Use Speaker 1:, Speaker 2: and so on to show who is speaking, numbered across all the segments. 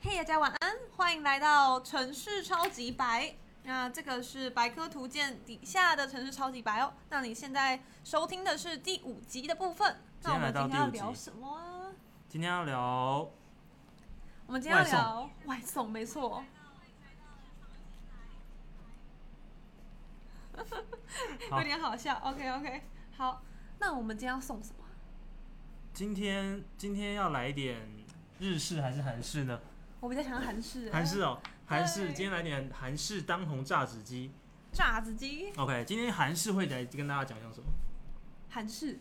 Speaker 1: 嘿，大家晚安，欢迎来到城市超级白。那这个是百科图鉴底下的城市超级白哦。那你现在收听的是第五集的部分。那我们今天要聊什么啊？
Speaker 2: 今天要聊
Speaker 1: 我们今天要
Speaker 2: 外送
Speaker 1: 聊外送，没错。
Speaker 2: 好
Speaker 1: 有点好笑。OK OK，好，那我们今天要送什么啊？
Speaker 2: 今天今天要来一点日式还是韩式呢？
Speaker 1: 我比较想要韩式，欸
Speaker 2: 韩式哦，韩式，
Speaker 1: 对
Speaker 2: 今天来点韩式当红炸子鸡。
Speaker 1: 炸子鸡，
Speaker 2: OK，今天韩式会来跟大家讲讲什么？
Speaker 1: 韩式。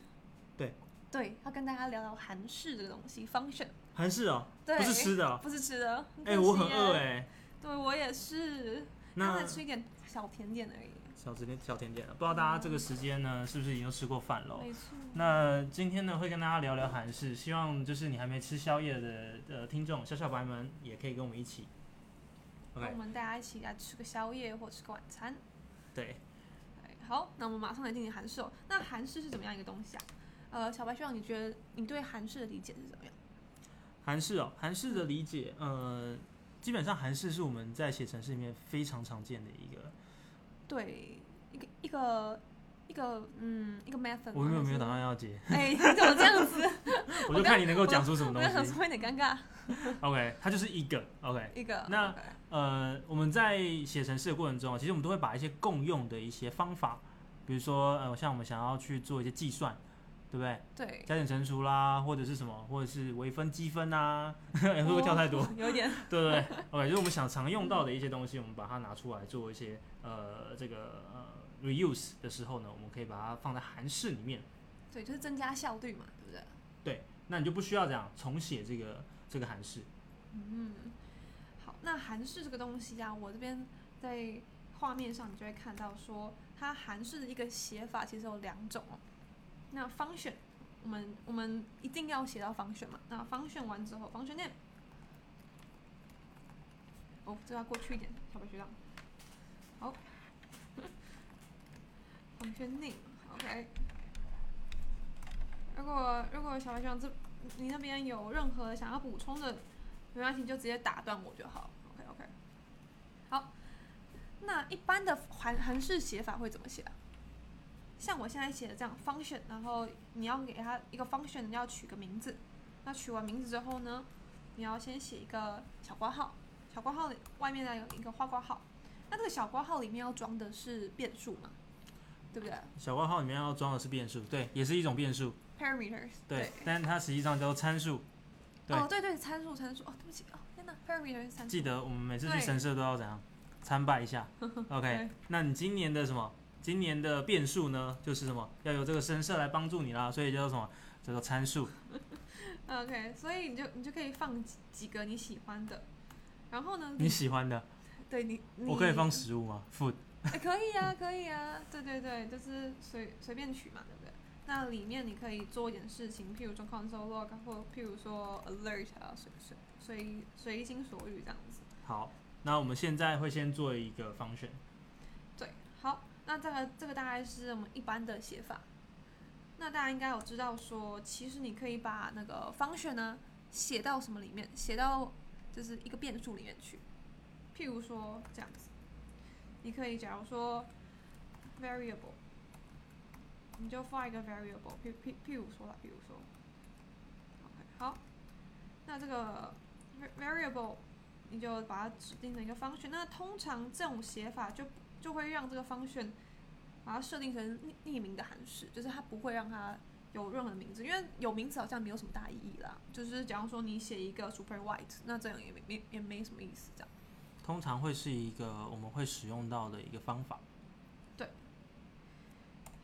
Speaker 2: 对
Speaker 1: 对，要跟大家聊聊韩式这个东西，function
Speaker 2: 韩式哦，
Speaker 1: 对
Speaker 2: 不是吃的哦。
Speaker 1: 不是吃的。
Speaker 2: 哎、
Speaker 1: 可惜
Speaker 2: 我很饿哎、
Speaker 1: 耶对我也是，刚
Speaker 2: 那
Speaker 1: 才吃一点小甜点而已。
Speaker 2: 小甜点，小甜点了，不知道大家这个时间呢，是不是已经都吃过饭了哦？
Speaker 1: 没错，
Speaker 2: 那今天呢，会跟大家聊聊韩式，希望就是你还没吃宵夜的呃听众小小白们，也可以跟我们一起。
Speaker 1: 那
Speaker 2: OK，
Speaker 1: 我们大家一起来吃个宵夜或吃个晚餐。
Speaker 2: 对，
Speaker 1: 哎好，那我们马上来进行韩式哦。那韩式是怎么样一个东西啊？呃，小白学长，你觉得你对韩式的理解是怎么样？
Speaker 2: 韩式哦，韩式的理解，呃，基本上韩式是我们在写程式里面非常常见的一个。
Speaker 1: 对，一个一个一个嗯一个 method 吗。
Speaker 2: 我有没有没有打
Speaker 1: 还
Speaker 2: 算要 接，
Speaker 1: 是？哎，你怎么这样子？
Speaker 2: 我就看你能够讲出什么
Speaker 1: 我在
Speaker 2: 东
Speaker 1: 想
Speaker 2: 西。
Speaker 1: 说有点尴尬。
Speaker 2: OK，它就是一个 OK。
Speaker 1: 一个
Speaker 2: 哎那
Speaker 1: OK
Speaker 2: 呃，我们在写程式的过程中，其实我们都会把一些共用的一些方法，比如说呃，像我们想要去做一些计算，对不对？
Speaker 1: 对，
Speaker 2: 加减乘除啦，或者是什么，或者是微分积分啊， 会不会跳太多？
Speaker 1: 哦，有点
Speaker 2: 对对对，OK，就是我们想常用到的一些东西，我们把它拿出来做一些呃这个呃 reuse 的时候呢，我们可以把它放在韩式里面。
Speaker 1: 对，就是增加效率嘛，对不对？
Speaker 2: 对，那你就不需要这样重写这个这个韩式。
Speaker 1: 好，那韩式这个东西啊，我这边在画面上你就会看到说，它韩式的一个写法其实有两种哦。那 function，我们我们一定要写到 function 嘛。那 function 完之后，function name，哦，这要过去一点，小白学长。好，function name，OK、如果如果小白学长这你那边有任何想要补充的没关系，你就直接打断我就好。OK OK。好，那一般的韩韩式写法会怎么写啊？像我现在写的这样 function，然后你要给它一个 function，你要取个名字。那取完名字之后呢，你要先写一个小括号，小括号里外面呢有一个花括号。那这个小括号里面要装的是变数嘛？对不对
Speaker 2: 小括号里面要装的是变数，对，也是一种变数，
Speaker 1: ？parameters
Speaker 2: 对，但它实际上叫做参数。对
Speaker 1: 哦对对，参数参数哦，对不起哦，天哪，parameters 参数
Speaker 2: 记得我们每次去
Speaker 1: 对
Speaker 2: 神社都要怎样参拜一下
Speaker 1: 对
Speaker 2: ？OK，那你今年的什么？今年的变数呢，就是什么？要由这个神社来帮助你啦，所以叫做什么？叫做参数。
Speaker 1: OK，所以你就你就可以放几几个你喜欢的，然后呢，
Speaker 2: 你喜欢的，
Speaker 1: 对你，嗯你
Speaker 2: 我可以放食物吗？Food。
Speaker 1: 哎可以啊， 可以啊，对对对，就是随随便取嘛，对不对？那里面你可以做一点事情，譬如说 console log，或譬如说 alert 啊，随随随随心所欲这样子。
Speaker 2: 好，那我们现在会先做一个 function。
Speaker 1: 对，好，那这个这个大概是我们一般的写法。那大家应该有知道说，其实你可以把那个 function 呢写到什么里面，写到就是一个变数里面去。譬如说这样子，你可以假如说 variable，你就放一个 variable，譬譬譬如说啦，譬如说，OK，好，那这个 va- variable 你就把它指定成一个 function。那通常这种写法就就会让这个 function 把它设定成匿匿名的函式，就是它不会让它有任何名字，因为有名字好像没有什么大意义啦。就是假如说你写一个 super white，那这样也没没也没什么意思，这样。
Speaker 2: 通常会是一个我们会使用到的一个方法。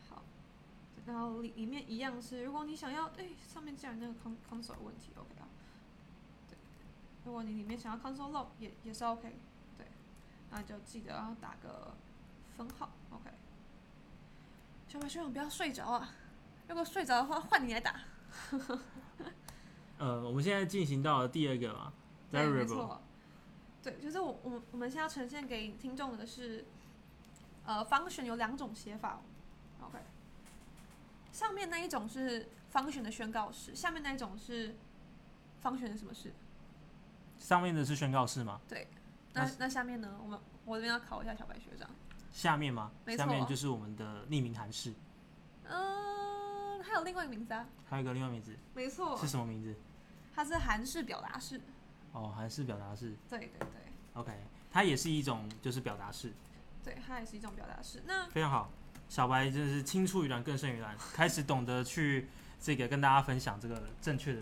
Speaker 1: 好，然后里里面一样是，如果你想要，哎，上面竟然那个 con console 问题，OK 啊，对，如果你里面想要 console log 也也是 OK，对，那就记得要打个分号，OK。小白学长不要睡着啊，如果睡着的话换你来打，
Speaker 2: 呃，我们现在进行到了第二个嘛
Speaker 1: 对，没
Speaker 2: ，variable。
Speaker 1: 错，对，就是我我们我们现在要呈现给听众的是，呃，function 有两种写法哦，OK。上面那一种是 function 的宣告式，下面那一种是 function 的什么式？
Speaker 2: 上面的是宣告式吗？
Speaker 1: 那
Speaker 2: 那
Speaker 1: 那下面呢？我们我这边要考一下小白学长。
Speaker 2: 下面吗？
Speaker 1: 没
Speaker 2: 下面
Speaker 1: 错
Speaker 2: 就是我们的匿名函式，
Speaker 1: 嗯，还有另外一个名字啊，
Speaker 2: 还有一个另外名字
Speaker 1: 没错
Speaker 2: 是，什么名字？
Speaker 1: 它是韩式表达式。
Speaker 2: 哦，韩式表达式
Speaker 1: 对对对
Speaker 2: ，OK，它也是一种就是表达式，
Speaker 1: 对，它也是一种表达式。那
Speaker 2: 非常好。小白真是青出于蓝更胜于蓝，开始懂得去这个跟大家分享这个正确的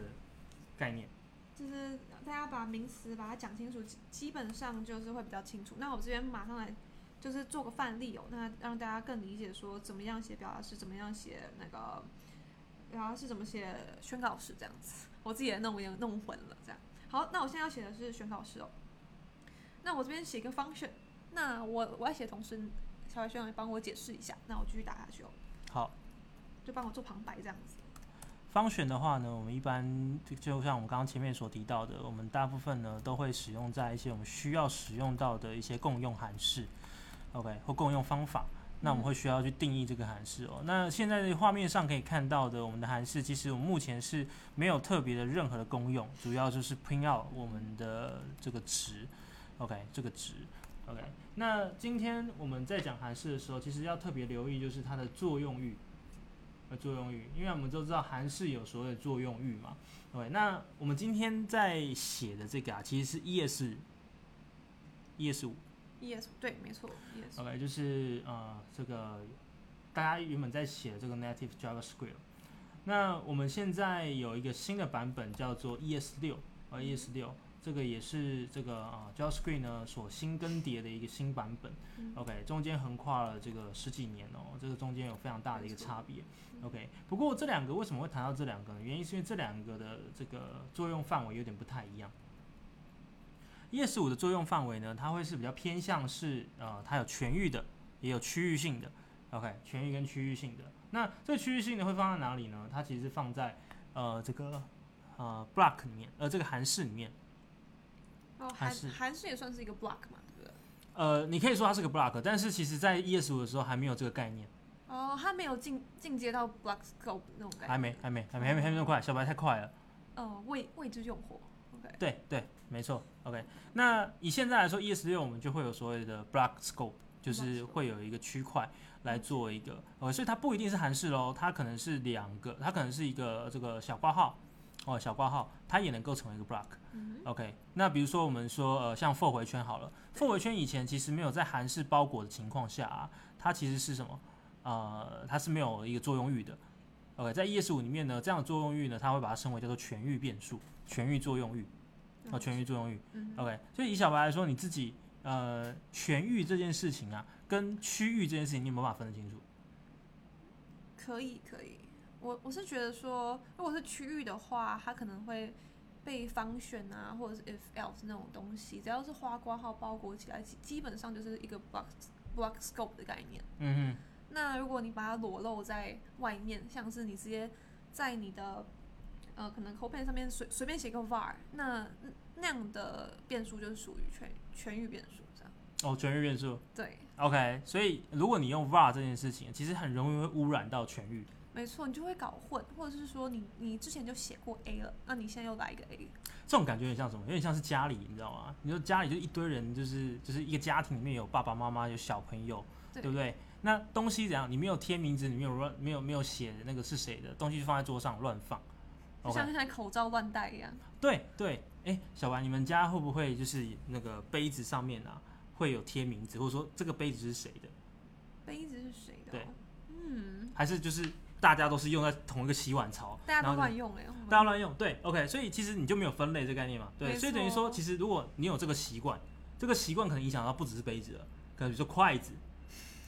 Speaker 2: 概念。
Speaker 1: 就是大家把名词把它讲清楚，基基本上就是会比较清楚。那我这边马上来就是做个范例哦，那让大家更理解说怎么样写表达式，怎么样写那个表达式，怎么写宣告式这样子。我自己也弄也弄混了这样。好，那我现在要写的是宣告式哦。那我这边写一个 function，那我我要写的同时，小白学长也帮我解释一下，那我继续打下去哦，
Speaker 2: 好，
Speaker 1: 就帮我做旁白这样子。
Speaker 2: 方选的话呢，我们一般就就像我们刚刚前面所提到的，我们大部分呢都会使用在一些我们需要使用到的一些共用函式，OK 或共用方法。那我们会需要去定义这个函式哦。那现在画面上可以看到的，我们的函式其实我们目前是没有特别的任何的功用，主要就是 print out 我们的这个值，OK 这个值，OK。那今天我们在讲函式的时候，其实要特别留意就是它的作用域，呃作用域，因为我们都知道韩式有所谓的作用域嘛。对，那我们今天在写的这个啊，其实是 ES ES 五
Speaker 1: yes，对，没错，yes，
Speaker 2: ，OK，就是呃这个大家原本在写这个 Native JavaScript，那我们现在有一个新的版本叫做 ES 六，
Speaker 1: 嗯
Speaker 2: 呃 ES 六。这个也是这个啊、呃、JavaScript 呢所新更迭的一个新版本、
Speaker 1: 嗯
Speaker 2: o k 中间横跨了这个十几年哦，这个中间有非常大的一个
Speaker 1: 没错
Speaker 2: 差别。
Speaker 1: 嗯
Speaker 2: OK，不过这两个为什么会谈到这两个呢？原因是因为这两个的这个作用范围有点不太一样。ES 五的作用范围呢，它会是比较偏向是呃，它有全域的，也有区域性的。OK，全域跟区域性的。那这个区域性的会放在哪里呢？它其实是放在呃这个呃 block 里面，呃这个函式里面。
Speaker 1: 哦，
Speaker 2: 还
Speaker 1: 韩
Speaker 2: 是
Speaker 1: 韩式也算是一个 block 嘛，对不对？
Speaker 2: 呃，你可以说它是个 block，但是其实在 ES 五的时候还没有这个概念，
Speaker 1: 哦，他没有进进阶到 Black Scope 那种感觉，
Speaker 2: 还没，还没，还没，还没，还没那么快，小白太快了。
Speaker 1: 呃，未未知用户，OK，
Speaker 2: 对对，没错。OK，那以现在来说，ES 六我们就会有所谓的 block scope，就
Speaker 1: Block
Speaker 2: 是
Speaker 1: scope 嗯
Speaker 2: 会有一个区块来做一个，呃，所以它不一定是韩式喽，它可能是两个，它可能是一个这个小挂号，哦，小挂号，它也能够成为一个 block。
Speaker 1: 嗯
Speaker 2: OK，那比如说我们说呃，像 for 回圈好了，for 回圈以前其实没有在韩式包裹的情况下啊，它其实是什么？呃，它是没有一个作用域的。OK，在 ES 五里面呢，这样的作用域呢，它会把它称为叫做全域变数、全域作用域啊、
Speaker 1: 哼，
Speaker 2: 全域作用域。
Speaker 1: 嗯哼，
Speaker 2: OK，所以以小白来说，你自己呃全域这件事情啊，跟区域这件事情，你有没有办法分得清楚？
Speaker 1: 可以可以，我我是觉得说，如果是区域的话，它可能会被方选啊，或者是 if else 那种东西，只要是花括号包裹起来，基基本上就是一个 Black Black Scope 的概念。
Speaker 2: 嗯
Speaker 1: 那如果你把它裸露在外面，像是你直接在你的呃可能 Copen 上面随随便写个 var，那那样的变数就是属于全全域变数这样。
Speaker 2: 哼，哦，全域变数。
Speaker 1: 对，
Speaker 2: OK，所以如果你用 var 这件事情，其实很容易会污染到全域。
Speaker 1: 没错，你就会搞混，或者是说你你之前就写过 A 了，那你现在又来一个 A，
Speaker 2: 这种感觉有点像什么？有点像是家里，你知道吗？你说家里就一堆人，就是就是一个家庭里面有爸爸妈妈，有小朋友，
Speaker 1: 对
Speaker 2: 对不对？那东西怎样？你没有贴名字，你没有乱，没有没有写那个是谁的东西，就放在桌上乱放。
Speaker 1: 就
Speaker 2: OK，
Speaker 1: 像现在口罩乱戴一样。
Speaker 2: 对对，哎，小白，你们家会不会就是那个杯子上面啊，会有贴名字，或者说这个杯子是谁的？
Speaker 1: 杯子是谁的、
Speaker 2: 对
Speaker 1: 哦？嗯，
Speaker 2: 还是就是大家都是用在同一个洗碗槽，
Speaker 1: 大家
Speaker 2: 然
Speaker 1: 都
Speaker 2: 后
Speaker 1: 乱用哎、
Speaker 2: 大家乱用，对，OK，所以其实你就没有分类这概念嘛，
Speaker 1: 没
Speaker 2: 对，
Speaker 1: 错
Speaker 2: 所以等于说，其实如果你有这个习惯，这个习惯可能影响到不只是杯子了，可能比如说筷子，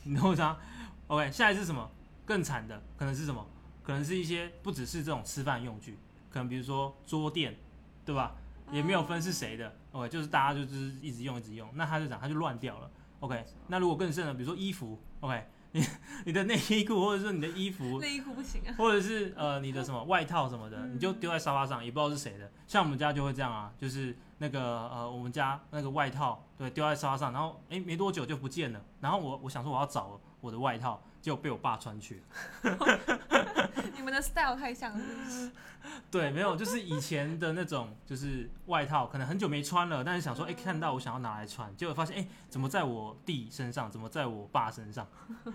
Speaker 2: 你懂我意思吗 OK，下一次是什么？更惨的可能是什么？可能是一些不只是这种吃饭用具，可能比如说桌垫，对吧？也没有分是谁
Speaker 1: 嗯
Speaker 2: 的，OK，就是大家就就是一直用一直用，那它就长它就乱掉了，OK
Speaker 1: 没错。
Speaker 2: 那如果更甚的，比如说衣服，OK，你你的内衣裤或者说你的衣服，
Speaker 1: 内衣裤不行 啊。
Speaker 2: 或者是呃你的什么外套什么的，
Speaker 1: 嗯
Speaker 2: 你就丢在沙发上，也不知道是谁的。像我们家就会这样啊，就是那个呃我们家那个外套，对，丢在沙发上，然后诶没多久就不见了。然后我我想说我要找我的外套，结果被我爸穿去了。
Speaker 1: 你们的 style 太像了，是不是
Speaker 2: 对，没有，就是以前的那种，就是外套，可能很久没穿了，但是
Speaker 1: 嗯
Speaker 2: 想说，哎、看到我想要拿来穿，结果发现，哎、怎么在我弟身上，怎么在我爸身上，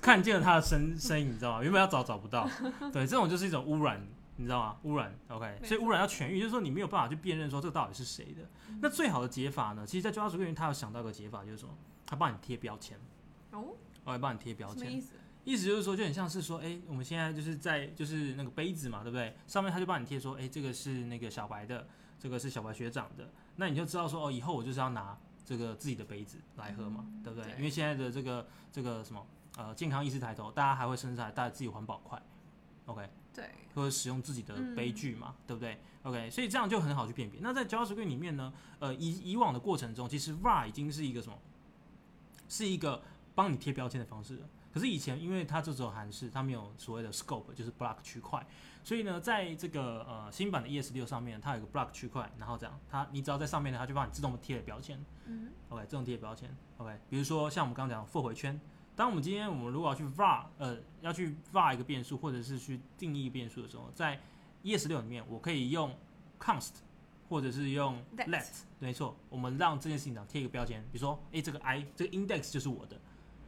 Speaker 2: 看见了他的身身影，你知道吗？原本要找找不到，对，这种就是一种污染，你知道吗？污染，OK，
Speaker 1: 没
Speaker 2: 所以污染要痊愈，就是说你没有办法去辨认说这到底是谁的。
Speaker 1: 嗯
Speaker 2: 那最好的解法呢，其实，在抓住个人，他有想到一个解法，就是什么？他帮你贴标签，
Speaker 1: 哦，
Speaker 2: 我来帮你贴标
Speaker 1: 什
Speaker 2: 签
Speaker 1: 么。意思？
Speaker 2: 意思就是说，就很像是说，哎、我们现在就是在就是那个杯子嘛，对不对？上面他就帮你贴说，哎、这个是那个小白的，这个是小白学长的，那你就知道说，哦，以后我就是要拿这个自己的杯子来喝嘛，对不对？
Speaker 1: 对
Speaker 2: 因为现在的这个这个什么呃健康意识抬头，大家还会生产大家自己环保筷，OK，
Speaker 1: 对，
Speaker 2: 或者使用自己的杯具嘛，对不对？OK，所以这样就很好去辨别。那在 JavaScript 里面呢，呃，以以往的过程中，其实 var 已经是一个什么，是一个帮你贴标签的方式了。可是以前，因为它这种函式，它没有所谓的 scope，就是 block 区块，所以呢，在这个呃新版的 ES 六上面，它有一个 block 区块，然后这样，它你只要在上面呢，它就帮你自动贴了标签。
Speaker 1: 嗯，
Speaker 2: OK，自动贴标签。OK，比如说像我们刚刚讲的复回圈，当我们今天我们如果要去 var 呃要去 var 一个变数，或者是去定义变数的时候，在 ES 六里面，我可以用 const 或者是用
Speaker 1: That
Speaker 2: let，没错，我们让这件事情上贴一个标签，比如说诶这个 i 这个 index 就是我的，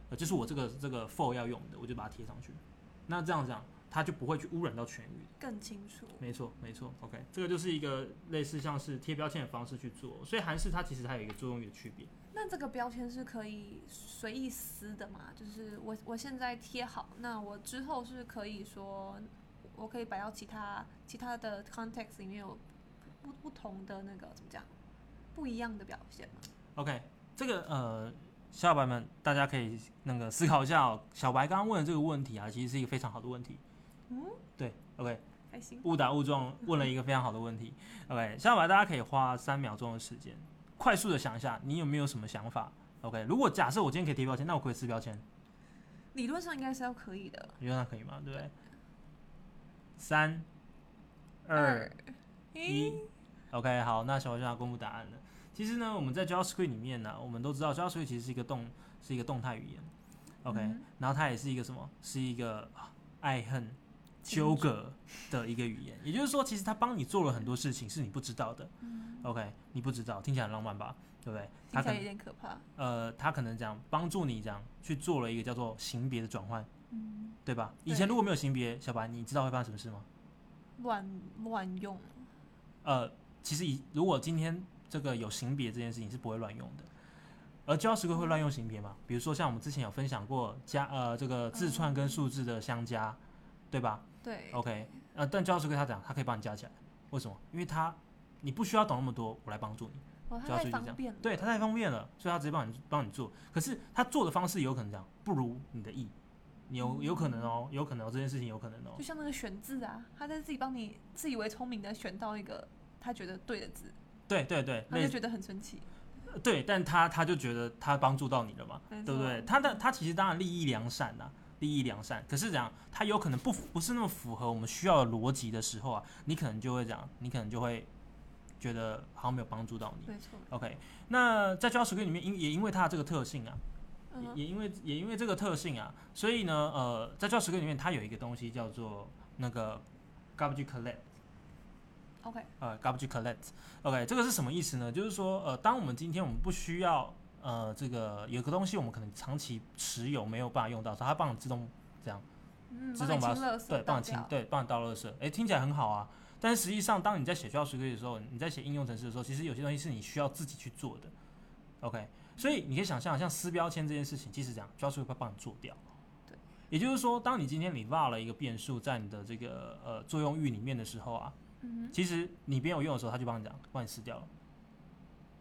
Speaker 2: 呃就是我这个这个 for 要用的，我就把它贴上去。那这样讲，它就不会去污染到全域。
Speaker 1: 更清楚。
Speaker 2: 没错，没错。OK，这个就是一个类似像是贴标签的方式去做，所以韩式它其实还有一个作用力的区别。
Speaker 1: 那这个标签是可以随意撕的吗？就是我我现在贴好，那我之后是可以说，我可以摆到其他其他的 context 里面有不不同的那个怎么讲，不一样的表现吗？
Speaker 2: OK，这个呃，小伙伴们，大家可以那个思考一下哦。小白刚刚问的这个问题啊，其实是一个非常好的问题。
Speaker 1: 嗯，
Speaker 2: 对，OK，
Speaker 1: 还行，
Speaker 2: 误打误撞问了一个非常好的问题。OK，小白，大家可以花三秒钟的时间，快速的想一下，你有没有什么想法？OK，如果假设我今天可以贴标签，那我可不可以撕标签，
Speaker 1: 理论上应该是要可以的。
Speaker 2: 你觉得那可以吗？对不对？三、二、一
Speaker 1: 咦，
Speaker 2: OK，好，那小伙要公布答案了。其实呢，我们在 JavaScript 里面呢、我们都知道 JavaScript 其实是一个动是一个动态语言，OK，、
Speaker 1: 嗯
Speaker 2: 然后它也是一个什么？是一个啊爱恨纠葛的一个语言。也就是说，其实它帮你做了很多事情是你不知道的，OK，你不知道，听起来很浪漫吧？对不对？它
Speaker 1: 嗯听起
Speaker 2: 可
Speaker 1: 来
Speaker 2: 能
Speaker 1: 有点可怕。
Speaker 2: 呃，它可能这样帮助你这样去做了一个叫做型别的转换，
Speaker 1: 嗯，
Speaker 2: 对吧？以
Speaker 1: 对
Speaker 2: 前如果没有型别，小白，你知道会发生什么事吗？
Speaker 1: 乱乱用，
Speaker 2: 呃，其实以如果今天这个有型别这件事情是不会乱用的，而 JavaScript 会乱用型别嘛？比如说像我们之前有分享过加呃这个
Speaker 1: 嗯
Speaker 2: 字串跟数字的相加，对吧
Speaker 1: 对，
Speaker 2: ？OK，呃，但 JavaScript 它讲它可以帮你加起来，为什么？因为它你不需要懂那么多，我来帮助你。
Speaker 1: 哇，
Speaker 2: 主要
Speaker 1: 它太
Speaker 2: 是就这
Speaker 1: 方
Speaker 2: 样
Speaker 1: 便了。
Speaker 2: 对，它太方便了，所以它直接帮你帮你做。可是它做的方式有可能这样，不如你的意，你有有可能哦，有可能、哦、这件事情有可能哦
Speaker 1: 就。像那个选字啊，他在自己帮你自以为聪明的选到一个他觉得对的字，
Speaker 2: 对对对，
Speaker 1: 他
Speaker 2: 类
Speaker 1: 就
Speaker 2: 似
Speaker 1: 觉得很神奇。
Speaker 2: 对，但他他就觉得他帮助到你了嘛，
Speaker 1: 没
Speaker 2: 对不对？
Speaker 1: 错
Speaker 2: 他的他其实当然利益良善呐、利益良善。可是讲他有可能不符不是那么符合我们需要的逻辑的时候啊，你可能就会讲，你可能就会觉得好像没有帮助到你。
Speaker 1: 没错，
Speaker 2: OK，那在 JavaScript 里面，因也因为它的这个特性啊，
Speaker 1: 嗯哼，
Speaker 2: 也也因为也因为这个特性啊，所以呢，呃，在 JavaScript 里面，它有一个东西叫做那个 garbage collect。
Speaker 1: OK，
Speaker 2: 呃 garbage collect。OK，这个是什么意思呢？就是说，呃，当我们今天我们不需要呃这个有个东西我们可能长期持有没有办法用到的时候，它帮你自动
Speaker 1: 嗯，
Speaker 2: 自
Speaker 1: 帮
Speaker 2: 动
Speaker 1: 你
Speaker 2: 把
Speaker 1: 清垃圾，
Speaker 2: 对帮你清对帮你倒垃圾，诶，听起来很好啊。但是实际上，当你在写 JavaScript 的时候，你在写应用程式的时候，其实有些东西是你需要自己去做的。OK，所以你可以想象，像撕标签这件事情，其实讲 JavaScript 会帮你做掉。
Speaker 1: 对，
Speaker 2: 也就是说，当你今天你落了一个变数在你的这个呃作用域里面的时候啊，
Speaker 1: 嗯
Speaker 2: 其实你没有用的时候，它就帮你讲帮你撕掉了。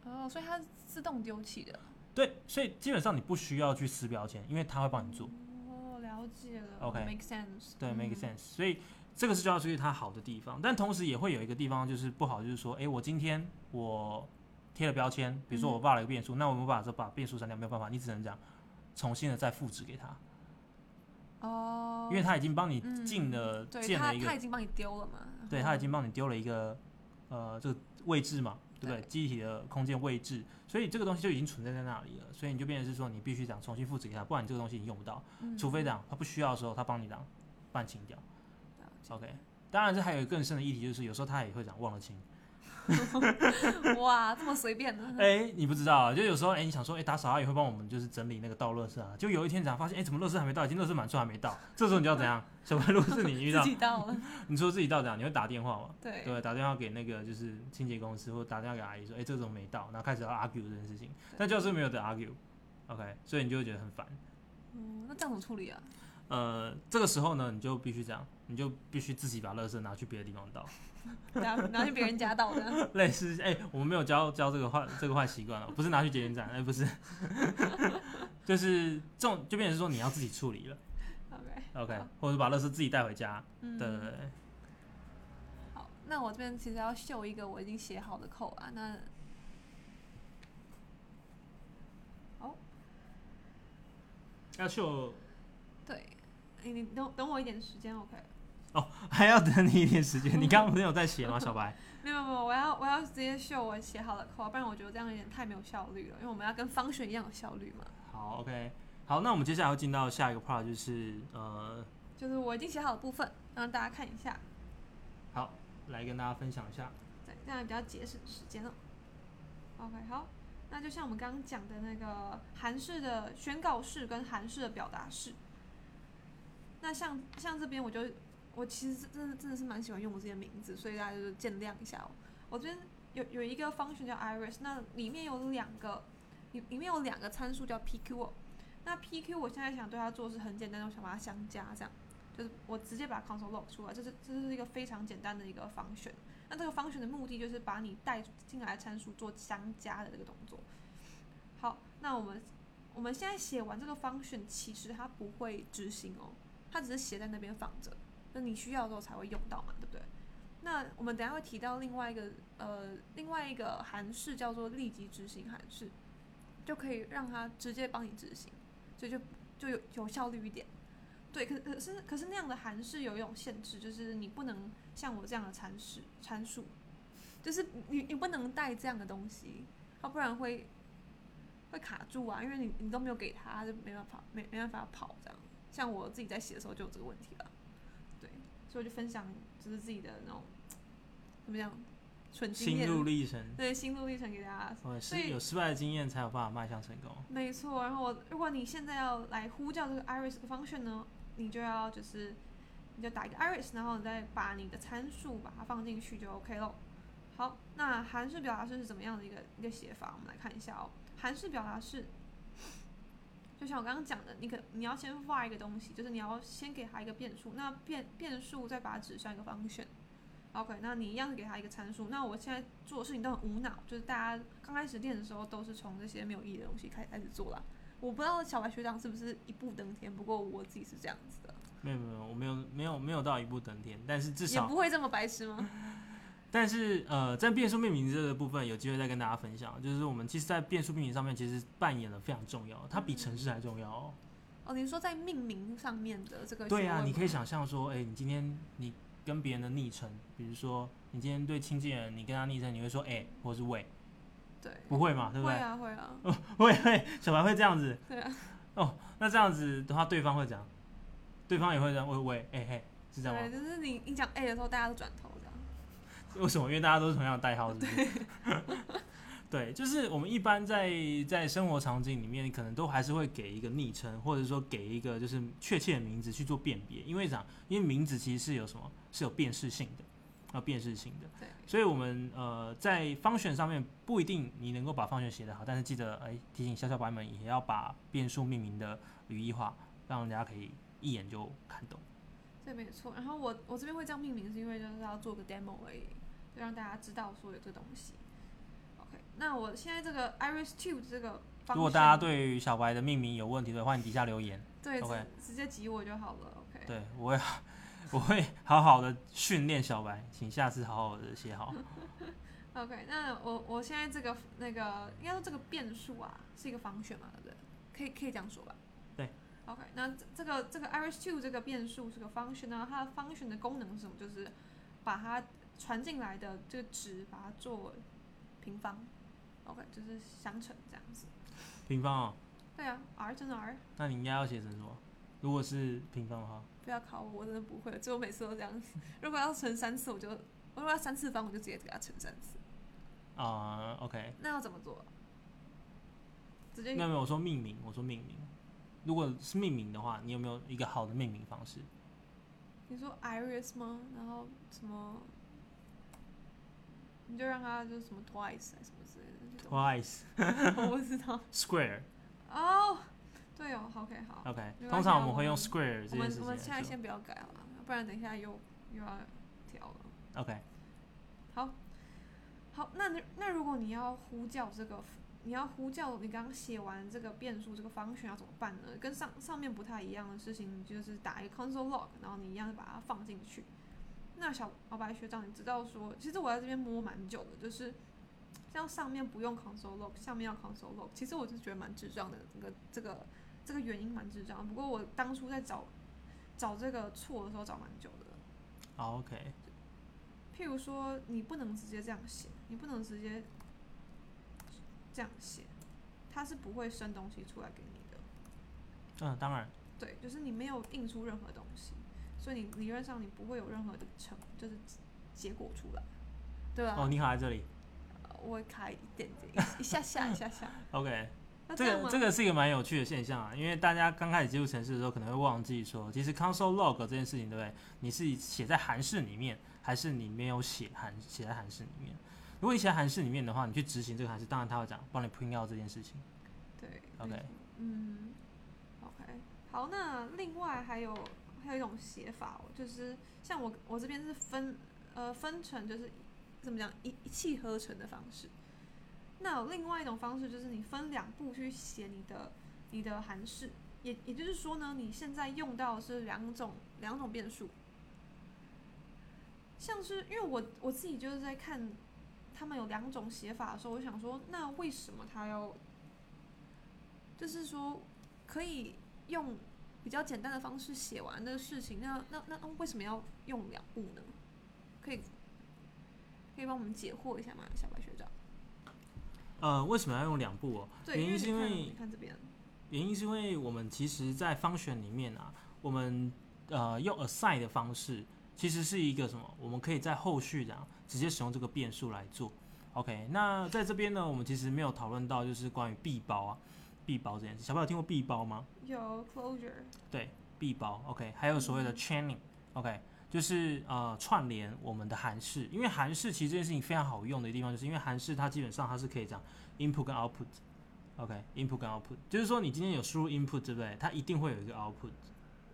Speaker 1: 哼，哦，所以它是自动丢弃的。
Speaker 2: 对，所以基本上你不需要去撕标签，因为它会帮你做。
Speaker 1: 哦，了解了
Speaker 2: OK
Speaker 1: make sense，
Speaker 2: 对，make
Speaker 1: 嗯
Speaker 2: sense。所以这个是 JavaScript 它好的地方，但同时也会有一个地方就是不好，就是说，诶，我今天我贴了标签，比
Speaker 1: 嗯
Speaker 2: 如说我报了一个变数，那我们把这把变数删掉没有办法，你只能讲重新的再复制给他，
Speaker 1: 哦，
Speaker 2: 因为他已经帮你
Speaker 1: 嗯
Speaker 2: 进了、
Speaker 1: 对
Speaker 2: 建
Speaker 1: 他嗯
Speaker 2: 了一
Speaker 1: 他
Speaker 2: 个，
Speaker 1: 已经帮你丢了嘛，
Speaker 2: 对
Speaker 1: 然
Speaker 2: 他
Speaker 1: 后
Speaker 2: 已经帮你丢了一个呃这个位置嘛，对不对？记忆体的空间位置，所以这个东西就已经存在在那里了，所以你就变成是说你必须这样重新复制给它，不然你这个东西你用不到，
Speaker 1: 嗯
Speaker 2: 除非这样它不需要的时候它帮你这样帮你清掉。
Speaker 1: 嗯了解
Speaker 2: OK，当然这还有更深的议题，就是有时候它也会这样忘了清。
Speaker 1: 哇，这么随便呢？
Speaker 2: 哎、你不知道啊，就有时候哎、你想说哎、打扫阿姨会帮我们就是整理那个倒垃圾啊，就有一天早上发现哎、怎么垃圾还没到，已经垃圾满处还没到，这时候你就要 怎样？小白，如果是你遇
Speaker 1: 自
Speaker 2: 到，
Speaker 1: 己到 了，
Speaker 2: 你说自己到怎样？啊你会打电话吗？
Speaker 1: 对，
Speaker 2: 对，啊打电话给那个就是清洁公司，或打电话给阿姨说，哎、这种没到，然后开始要 argue 这件事情，但就是没有得 argue，OK，、所以你就会觉得很烦。
Speaker 1: 嗯，那这样怎么处理啊？
Speaker 2: 呃，这个时候呢，你就必须这样，你就必须自己把垃圾拿去别的地方倒，
Speaker 1: 拿拿去别人家倒 的，
Speaker 2: 类似，哎、我们没有教教这个坏这个坏习惯了，不是拿去捷运站，哎、不是， 就是这种就变成说你要自己处理了
Speaker 1: OK，
Speaker 2: ，OK，
Speaker 1: 好
Speaker 2: 或者把垃圾自己带回家，
Speaker 1: 嗯，
Speaker 2: 对对对，
Speaker 1: 好，那我这边其实要秀一个我已经写好的扣啊，那，哦，
Speaker 2: 要秀
Speaker 1: 对，你你等等我一点时间，OK？
Speaker 2: 还要等你一点时间，你刚刚不是有在写吗，小 白？
Speaker 1: 没有没有，我要我要直接秀我写好的扣啊，不然我觉得这样有点太没有效率了，因为我们要跟方选一样有效率嘛。
Speaker 2: 好，OK，好，那我们接下来会进到下一个 part，就是呃，
Speaker 1: 就是我已经写好的部分，让大家看一下，
Speaker 2: 好，来跟大家分享一下。
Speaker 1: 对，这样比较节省时间哦。OK，好，那就像我们刚刚讲的那个韩式的宣告式跟韩式的表达式，那像像这边我就我其实真的真的是蛮喜欢用我这些名字，所以大家就见谅一下哦。我这边有有一个 function 叫 iris，那里面有两个里里面有两个参数叫 pq 哦。那 pq 我现在想对它做的是很简单的，我想把它相加，这样就是我直接把 console log 出来，这是这是一个非常简单的一个 function。那这个 function 的目的就是把你带进来的参数做相加的这个动作。好，那我们我们现在写完这个 function，其实它不会执行哦，它只是写在那边放着，那你需要的时候才会用到嘛，对不对？那我们等一下会提到另外一个呃另外一个函式叫做立即执行函式，就可以让它直接帮你执行，所以就就有有效率一点。对，可可是可是那样的函式有一种限制，就是你不能像我这样的参数参数，就是你你不能带这样的东西，要不然会会卡住啊，因为你你都没有给他，就没办法没没办法跑这样。像我自己在写的时候就有这个问题了，对，所以我就分享就是自己的那种怎么讲，纯经
Speaker 2: 心
Speaker 1: 验，
Speaker 2: 路历程，
Speaker 1: 对心路历程给大家
Speaker 2: 我
Speaker 1: 所
Speaker 2: 是
Speaker 1: 以
Speaker 2: 有失败的经验才有办法迈向成功。
Speaker 1: 没错，然后我如果你现在要来呼叫这个 iris 这个 function 呢，你就要就是你就打一个 iris，然后你再把你的参数把它放进去就 OK 咯。好，那韩式表达式是怎么样的一个一个写法？我们来看一下哦。韩式表达式，就像我刚刚讲的，你可你要先 f i 一个东西，就是你要先给它一个变数，那变变数再把它指向一个 function。OK，那你一样是给它一个参数。那我现在做的事情都很无脑，就是大家刚开始练的时候都是从这些没有意义的东西开开始做啦。我不知道小白学长是不是一步登天，不过我自己是这样子的，
Speaker 2: 没有没有，我没有没有没有到一步登天，但是至
Speaker 1: 也
Speaker 2: 少，
Speaker 1: 不会这么白痴吗？
Speaker 2: 但是呃，在变数命名这个部分，有机会再跟大家分享。就是我们其实，在变数命名上面，其实扮演了非常重要，它比城市还重要、哦。
Speaker 1: 哦，你说在命名上面的这个
Speaker 2: 对
Speaker 1: 学
Speaker 2: 啊，
Speaker 1: 问
Speaker 2: 你
Speaker 1: 吗
Speaker 2: 可以想象说，哎、你今天你跟别人的昵称，比如说你今天对亲近人，你跟他昵称，你会说哎、或是喂，
Speaker 1: 对，
Speaker 2: 不会嘛，对不
Speaker 1: 会
Speaker 2: 对？
Speaker 1: 啊会啊，
Speaker 2: 会会，小白会这样子。
Speaker 1: 对啊。
Speaker 2: 哦，那这样子的话，对方会怎样？对方也会这样，喂喂，哎、嘿，是这样
Speaker 1: 对，
Speaker 2: 吗？
Speaker 1: 就是你你讲 A 的时候，大家都转头这样。
Speaker 2: 为什么？因为大家都是同样的代号，是不是？ 对，就是我们一般在在生活场景里面，可能都还是会给一个昵称，或者说给一个就是确切的名字去做辨别，因为啥？因为名字其实是有什么是有辨识性的，啊、辨识性的。
Speaker 1: 对，
Speaker 2: 所以我们呃在方选上面不一定你能够把方选写得好，但是记得哎提醒小小白们也要把变数命名的语义化，让人家可以一眼就看懂。
Speaker 1: 对，没错。然后我我这边会这样命名，是因为就是要做个 demo 而已，就让大家知道说有这个东西。OK，那我现在这个 Iris Two 这个方，
Speaker 2: 如果大家对于小白的命名有问题的话，欢迎底下留言，
Speaker 1: 对直
Speaker 2: OK
Speaker 1: 直接挤我就好了。OK，
Speaker 2: 对我会 我会好好的训练小白，请下次好好的 写好。
Speaker 1: OK，那我我现在这个那个应该说这个变数啊，是一个方选嘛，对不对？可以可以这样说吧？
Speaker 2: 对。
Speaker 1: OK，那这这个这个 Iris Two 这个变数是个 function 呢，它的 function 的功能是什么？就是把它传进来的这个值，把它做平方，OK，就是相乘这样子。
Speaker 2: 平方哦，
Speaker 1: 对啊，r 真的 r，
Speaker 2: 那你应该要写成什么？如果是平方的话，
Speaker 1: 不要考我，我真的不会，就我每次都这样子。如果要乘三次，我就我如果要三次方，我就直接给它乘三次。
Speaker 2: 啊、o k
Speaker 1: 那要怎么做？直接
Speaker 2: 没有没有，我说命名，我说命名。如果是命名的话，你有没有一个好的命名方式？
Speaker 1: 你说 iris 吗？然后什么？你就让它就是什么 twice 还是什么之类的这种，
Speaker 2: Twice
Speaker 1: 我不知道。
Speaker 2: square
Speaker 1: 哦，对哦好，OK，好，
Speaker 2: OK，
Speaker 1: 没关系啊
Speaker 2: 通常我们会
Speaker 1: 我
Speaker 2: 用
Speaker 1: 们
Speaker 2: square
Speaker 1: 我
Speaker 2: 这件
Speaker 1: 们
Speaker 2: 事
Speaker 1: 我
Speaker 2: 情来
Speaker 1: 们现在
Speaker 2: 说。
Speaker 1: 先不要改好了，不然等一下又又要调了。
Speaker 2: OK，
Speaker 1: 好，好，那那那如果你要呼叫这个，你要呼叫你刚刚写完这个变数这个方选要怎么办呢？跟上上面不太一样的事情，就是打一个 console log，然后你一样把它放进去。那小小白学长，你知道说，其实我在这边摸蛮久的，就是像上面不用 console log，下面要 console log，其实我就觉得蛮智障的，这个这个这个原因蛮智障。不过我当初在找找这个错的时候找蛮久的，
Speaker 2: 好 OK，
Speaker 1: 譬如说，你不能直接这样写，你不能直接这样写，它是不会生东西出来给你的。
Speaker 2: 嗯，当然，
Speaker 1: 对，就是你没有印出任何东西，所以你理论上你不会有任何的成，就是结果出来，对啊吧？
Speaker 2: 哦，你好在这里
Speaker 1: 呃我卡一点点，一下下，一下下。
Speaker 2: ，OK。
Speaker 1: 那
Speaker 2: 这
Speaker 1: 样
Speaker 2: 个
Speaker 1: 吗？
Speaker 2: 这个是一个蛮有趣的现象啊，因为大家刚开始接触程式的时候，可能会忘记说，其实 console log 这件事情，对不对？你是写在函式里面，还是你没有写函写在函式里面？如果你写在函式里面的话，你去执行这个函式，当然它会讲帮你 print out 这件事情。
Speaker 1: 对
Speaker 2: OK
Speaker 1: 没错嗯，OK，好，那另外还有还有一种写法哦，就是像我我这边是分呃分成就是怎么讲一一气呵成的方式。那有另外一种方式就是你分两步去写你的你的函式，也也就是说呢，你现在用到的是两种两种变数，像是因为我我自己就是在看他们有两种写法的时候，我想说那为什么他要就是说可以用比较简单的方式写完的事情，那那那那为什么要用两步呢？可以可以帮我们解惑一下吗，小白学长？
Speaker 2: 呃，为什么要用两步哦？
Speaker 1: 对，
Speaker 2: 原
Speaker 1: 因
Speaker 2: 因
Speaker 1: 为你
Speaker 2: 是因
Speaker 1: 看
Speaker 2: 为
Speaker 1: 你看这边，
Speaker 2: 原因是因为我们其实，在方选里面啊，我们呃用 assign 的方式，其实是一个什么？我们可以在后续的、啊、直接使用这个变数来做。OK，那在这边呢，我们其实没有讨论到就是关于闭包啊，闭包这件事。小朋友听过闭包吗？
Speaker 1: 有 closure，
Speaker 2: 闭包，OK，还有所谓的 chaining，OK，、就是呃串联我们的韩式，因为韩式其实这件事情非常好用的地方，就是因为韩式它基本上它是可以讲 input 跟 output，OK，input、跟 output，就是说你今天有输入 input 对不对？它一定会有一个 output。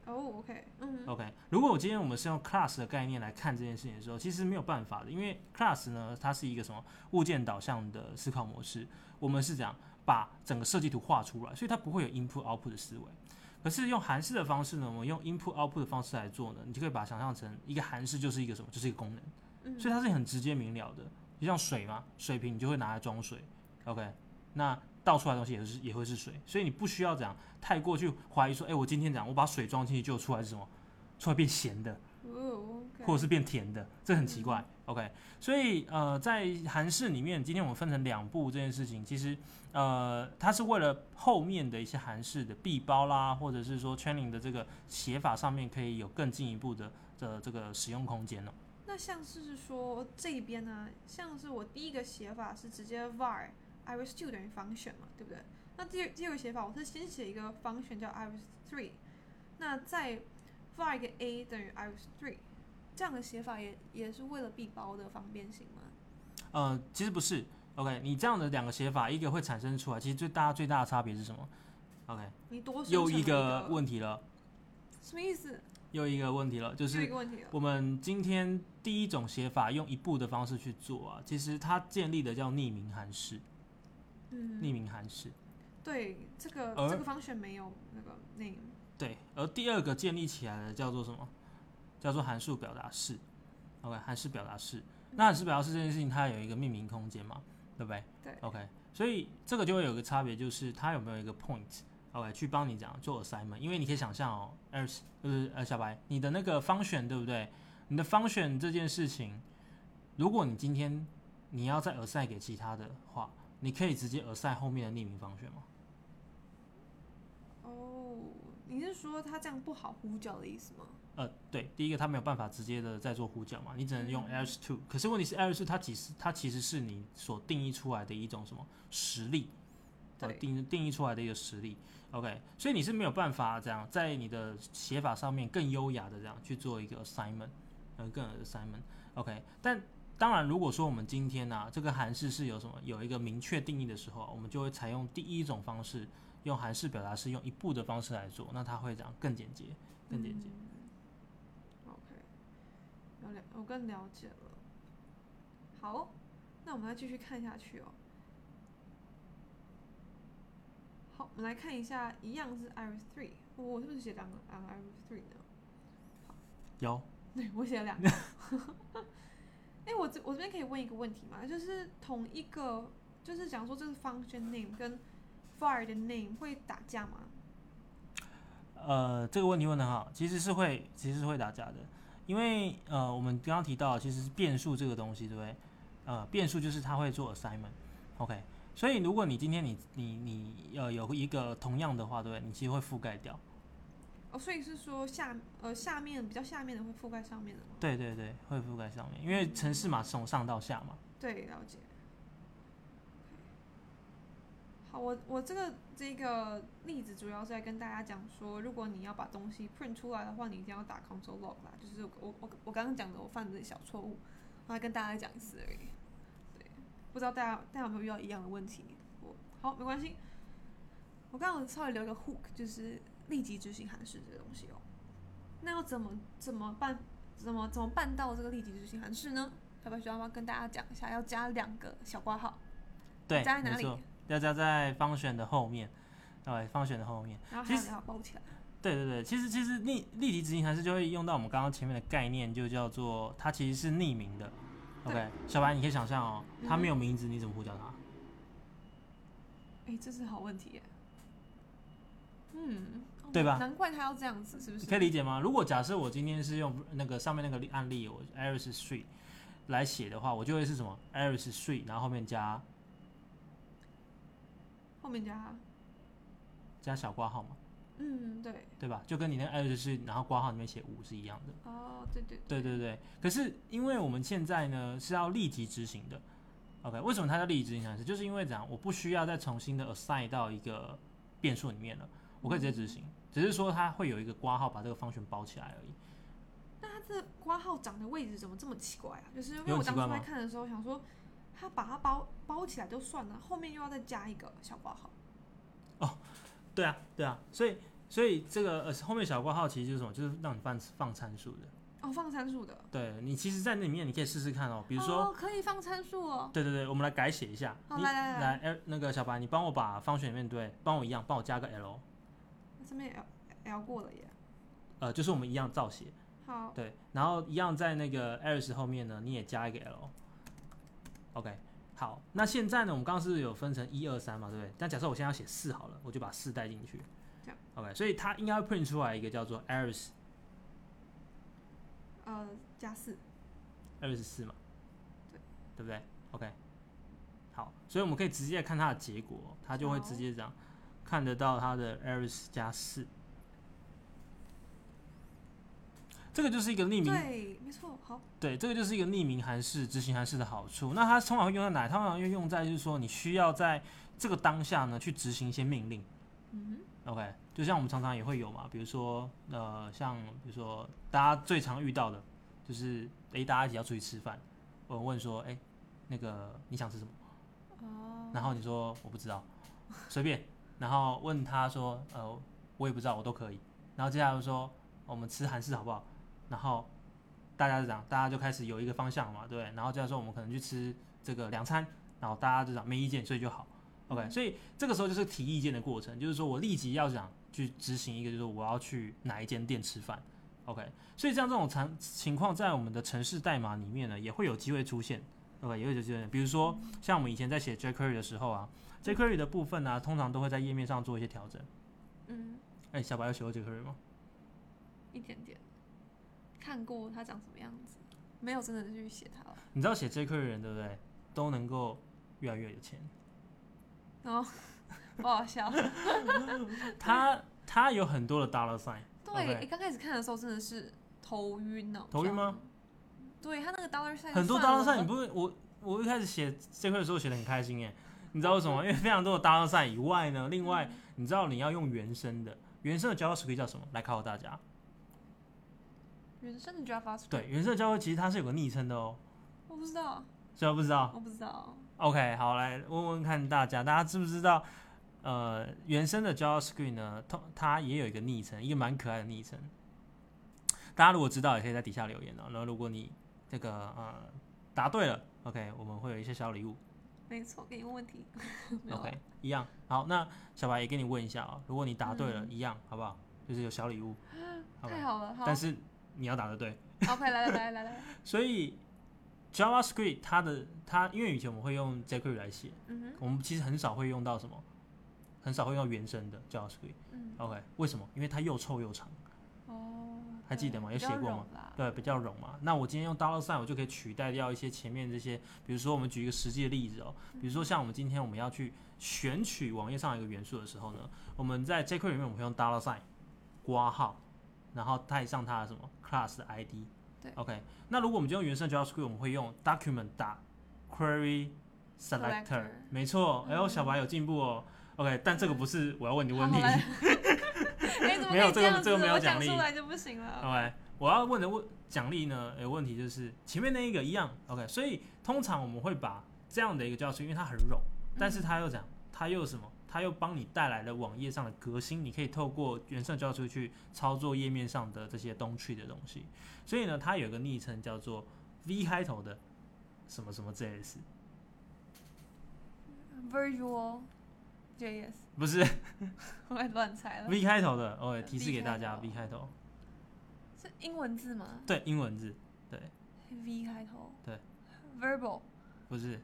Speaker 1: 哦、o k 嗯，
Speaker 2: OK，如果我今天我们是用 class 的概念来看这件事情的时候，其实没有办法的，因为 class 呢，它是一个什么物件导向的思考模式，我们是讲把整个设计图画出来，所以它不会有 input output 的思维。可是用函式的方式呢，我们用 input output 的方式来做呢，你就可以把它想象成一个函式就是一个什么，就是一个功能，
Speaker 1: 嗯
Speaker 2: 所以它是很直接明了的。就像水嘛，水瓶你就会拿来装水，OK，那倒出来的东西也是也会是水，所以你不需要讲太过去怀疑说，哎、我今天讲我把水装进去就出来是什么，出来变咸的，
Speaker 1: 哦，OK，
Speaker 2: 或者是变甜的，这很奇
Speaker 1: 嗯
Speaker 2: 怪。OK，所以呃，在韩式里面，今天我们分成两步这件事情，其实呃，它是为了后面的一些韩式的闭包啦，或者是说 training 的这个写法上面可以有更进一步的的这个使用空间哦。
Speaker 1: 那像是说这边呢、像是我第一个写法是直接 var iris two 等于 function 嘛，对不对？那第二第二个写法我是先写一个 function 叫 iris three，那再 var 一个 a 等于 iris three，这样的写法也也是为了闭包的方便性吗？
Speaker 2: 呃，其实不是。OK，你这样的两个写法，一个会产生出来，其实最大最大的差别是什么？OK，
Speaker 1: 你多生
Speaker 2: 又
Speaker 1: 成了
Speaker 2: 一
Speaker 1: 一
Speaker 2: 个问题了，
Speaker 1: 什么意思？
Speaker 2: 又一个问题了，就
Speaker 1: 又
Speaker 2: 是
Speaker 1: 一个问题了。
Speaker 2: 我们今天第一种写法用一步的方式去做啊，其实它建立的叫匿名函式，
Speaker 1: 嗯，
Speaker 2: 匿名函式。
Speaker 1: 对，这个
Speaker 2: 而
Speaker 1: 这个 function 没有那个 name。
Speaker 2: 对，而第二个建立起来的叫做什么？叫做函数表达式。OK，函数表达式。那函数表达式这件事情，它有一个命名空间嘛，对不对？
Speaker 1: 对
Speaker 2: OK，所以这个就会有一个差别，就是它有没有一个 point。OK，去帮你讲做 assignment，因为你可以想象哦 a r 就是呃小白，你的那个方选对不对？你的方选这件事情，如果你今天你要再 assign 给其他的话，你可以直接 assign 后面的匿名方选吗？
Speaker 1: 哦，你是说它这样不好呼叫的意思吗？
Speaker 2: 呃，对，第一个它没有办法直接的再做呼叫嘛，你只能用 Aries Two。可是问题是 Aries Two 它其实它其实是你所定义出来的一种什么实力，呃，
Speaker 1: 对
Speaker 2: 定定义出来的一个实力。OK，所以你是没有办法这样在你的写法上面更优雅的这样去做一个 assignment，呃，更 assignment。OK，但当然，如果说我们今天呢、这个函式是有什么有一个明确定义的时候啊，我们就会采用第一种方式，用函式表达式用一步的方式来做，那它会这样更简洁，更简
Speaker 1: 嗯
Speaker 2: 洁。
Speaker 1: OK，了解，我更了解了。好，那我们来继续看下去哦。好，我们来看一下，一样是 Iris Three，我我是不是写两个 on Iris Three 呢？
Speaker 2: 有，
Speaker 1: 对，我写了两个。 哎、我这我这边可以问一个问题吗？就是同一个，就是讲说这个 function name 跟 var 的 name 会打架吗？
Speaker 2: 呃，这个问题问的好，其实是会，其实是会打架的，因为呃，我们刚刚提到，其实变数这个东西，对不对？呃，变数就是它会做 assignment，OK、所以如果你今天你你你呃有一个同样的话，对不对？你其实会覆盖掉，
Speaker 1: 哦，所以是说下呃下面比较下面的会覆盖上面的吗？
Speaker 2: 对对对，会覆盖上面，因为城市嘛是从上到下嘛，
Speaker 1: 对，了解。好，我我这个这个例子主要是在跟大家讲说，如果你要把东西 print 出来的话，你一定要打 console log 啦，就是我我我我刚刚讲的我犯的小错误，我来跟大家讲一次而已。对，不知道大家大家有没有遇到一样的问题？我好没关系，我刚刚稍微留一个 hook，就是立即执行函式这个东西哦。那要怎么怎么办？怎么怎么办到这个立即执行函式呢？要不要需要跟大家讲一下？要加两个小挂号，
Speaker 2: 对，
Speaker 1: 哦加在哪里
Speaker 2: 没错，要加在方选的后面，对，方选的后面。
Speaker 1: 然后
Speaker 2: 其
Speaker 1: 还有
Speaker 2: 实
Speaker 1: 要包起来。
Speaker 2: 对对对，其实其实立立即执行函式就会用到我们刚刚前面的概念，就叫做它其实是匿名的。
Speaker 1: 对
Speaker 2: OK，小白，你可以想象哦，
Speaker 1: 嗯
Speaker 2: 它没有名字，你怎么呼叫它？
Speaker 1: 哎，这是好问题耶。嗯，哦
Speaker 2: 对吧
Speaker 1: 难怪他要这样子，是不是？
Speaker 2: 你可以理解吗？如果假设我今天是用那个上面那个例案例，我 Iris Three 来写的话，我就会是什么 Iris Three，然后后面加
Speaker 1: 后面加，
Speaker 2: 加小括号嘛，
Speaker 1: 嗯，对，
Speaker 2: 对吧？就跟你那个 Iris Three，然后括号里面写五是一样的。
Speaker 1: 哦，对对
Speaker 2: 对对对，可是因为我们现在呢是要立即执行的，OK？为什么它叫立即执行函式？就是因为这样，我不需要再重新的 assign 到一个变数里面了，我可以直接执行，只是说它会有一个挂号把这个方选包起来而已。
Speaker 1: 那他这挂号长的位置怎么这么奇怪啊？就是因为
Speaker 2: 有
Speaker 1: 我
Speaker 2: 很奇
Speaker 1: 当
Speaker 2: 怪
Speaker 1: 初在
Speaker 2: 吗
Speaker 1: 看的时候想说，他把它包包起来就算了，后面又要再加一个小挂号。
Speaker 2: 对啊，对啊，所以所以这个呃后面小挂号其实就是什么，就是让你放放参数的。
Speaker 1: 哦，放参数的，
Speaker 2: 对你其实，在那里面你可以试试看哦，比如说，
Speaker 1: 哦、可以放参数哦。
Speaker 2: 对对对，我们来改写一下。
Speaker 1: 好
Speaker 2: 你
Speaker 1: 来来来
Speaker 2: 哎那个小白，你帮我把方选里面对，帮我一样，帮我加个 L，
Speaker 1: 这边也要也要过了耶。
Speaker 2: 呃，就是我们一样照写。
Speaker 1: 好，
Speaker 2: 对，然后一样在那个 Iris 后面呢，你也加一个 L。OK，好，那现在呢，我们刚刚是有分成一二三嘛，对不对？但假设我现在要写四好了，我就把四带进去
Speaker 1: 这样。
Speaker 2: OK，所以它应该会 print 出来一个叫做 Iris
Speaker 1: 呃，加四，
Speaker 2: Iris 四嘛，
Speaker 1: 对，
Speaker 2: 对不对？OK，好，所以我们可以直接看它的结果，它就会直接这样看得到它的 Iris 加四。这个就是一个匿名
Speaker 1: 对，没错，好。
Speaker 2: 对，这个就是一个匿名函式、执行函式的好处。那它通常会用在哪？它通常会用在就是说，你需要在这个当下呢去执行一些命令。
Speaker 1: 嗯
Speaker 2: ，OK，就像我们常常也会有嘛，比如说呃，像比如说大家最常遇到的就是，诶，大家一起要出去吃饭，我问说，诶，那个你想吃什么？
Speaker 1: 哦，
Speaker 2: 然后你说我不知道，随便，然后问他说，呃，我也不知道，我都可以。然后接下来就说我们吃韩式好不好？然后大家就讲，大家就开始有一个方向嘛，对不对。然后接下来说我们可能去吃这个两餐，然后大家就讲没意见，所以就好。OK，、所以这个时候就是提意见的过程，就是说我立即要讲去执行一个，就是我要去哪一间店吃饭。OK，所以像这种常情况在我们的城市代码里面呢，也会有机会出现。OK，也会有机会出现，比如说像我们以前在写 jQuery 的时候啊，jQuery 的部分呢、通常都会在页面上做一些调整。
Speaker 1: 嗯，
Speaker 2: 哎、小白有写过 jQuery 吗？
Speaker 1: 一点点，看过它长什么样子，没有真的去写它了。
Speaker 2: 你知道写 jQuery 人对不对？都能够越来越有钱。
Speaker 1: 不好 笑。
Speaker 2: 他他有很多的 dollar sign，
Speaker 1: 对，
Speaker 2: OK
Speaker 1: 诶刚开始看的时候真的是头晕呢、
Speaker 2: 头晕吗？
Speaker 1: 对他那个 dollar sign
Speaker 2: 很多
Speaker 1: 算
Speaker 2: dollar
Speaker 1: 了
Speaker 2: sign，你不会我我一开始写这块的时候写的很开心耶，你知道为什么吗？因为非常多的 dollar sign 以外呢，另外你知道你要用原生的，原生的 JavaScript 叫什么？来考考大家。
Speaker 1: 原生的 JavaScript，
Speaker 2: 对，原生的 JavaScript 其实它是有个昵称的哦，
Speaker 1: 我不知道，
Speaker 2: 知道不知道？
Speaker 1: 我不知道，
Speaker 2: OK，好，来问问看大家，大家知不知道？呃，原生的 JavaScript 呢，它它也有一个昵称，一个蛮可爱的昵称。大家如果知道，也可以在底下留言哦。然后如果你这个呃答对了，OK，我们会有一些小礼物。
Speaker 1: 没错，给你问问题。 没有啊
Speaker 2: OK，一样。好，那小白也跟你问一下哦，如果你答对了，一样好不好？就是有小礼物。
Speaker 1: 嗯啊
Speaker 2: 好吧
Speaker 1: 太好了，好
Speaker 2: 但是你要答得对。
Speaker 1: ，OK，来来来来 来，
Speaker 2: 所以 JavaScript 它的它，因为以前我们会用 jQuery 来写。
Speaker 1: 嗯
Speaker 2: 我们其实很少会用到什么，很少会用到原生的 JavaScript。
Speaker 1: 哼，嗯，
Speaker 2: OK，为什么？因为它又臭又长，
Speaker 1: 哦，
Speaker 2: 还记得吗
Speaker 1: 对
Speaker 2: 有写过吗？
Speaker 1: 比较柔啦
Speaker 2: 对，比较冗嘛。那我今天用 dollar sign，我就可以取代掉一些前面这些，比如说我们举一个实际的例子哦，比如说像我们今天我们要去选取网页上一个元素的时候呢，我们在 jQuery 里面我们会用 dollar sign 挂号，然后带上它的什么 class 的 ID。
Speaker 1: 对
Speaker 2: ，OK。那如果我们就用原生 JavaScript，我们会用 document 打 query
Speaker 1: Selector 嗯
Speaker 2: selector，没错。哎呦，小白有进步哦。OK，但这个不是我要问你的问题。
Speaker 1: 好来哎，怎么
Speaker 2: 没有
Speaker 1: 可以
Speaker 2: 这个
Speaker 1: 样
Speaker 2: 这个
Speaker 1: 子
Speaker 2: 没有
Speaker 1: 我
Speaker 2: 奖
Speaker 1: 讲
Speaker 2: 励
Speaker 1: 出来就不行了。
Speaker 2: OK，我要问的问奖励呢，有问题就是前面那一个一样。OK，所以通常我们会把这样的一个教室，因为它很冗，但是它又怎样？它又什么？它又帮你带来了网页上的革新，你可以透过原生教室去操作页面上的这些东区的东西。所以呢，它有一个昵称叫做 V 开头的什么什么 JS，
Speaker 1: Virtual JS，
Speaker 2: 不是
Speaker 1: 我也乱猜了，
Speaker 2: V 开头的。OK，提示给大家
Speaker 1: V
Speaker 2: V 开头，
Speaker 1: 是英文字吗
Speaker 2: 对，英文字
Speaker 1: ？V 开头，
Speaker 2: 对
Speaker 1: ，Verbal，
Speaker 2: 不是。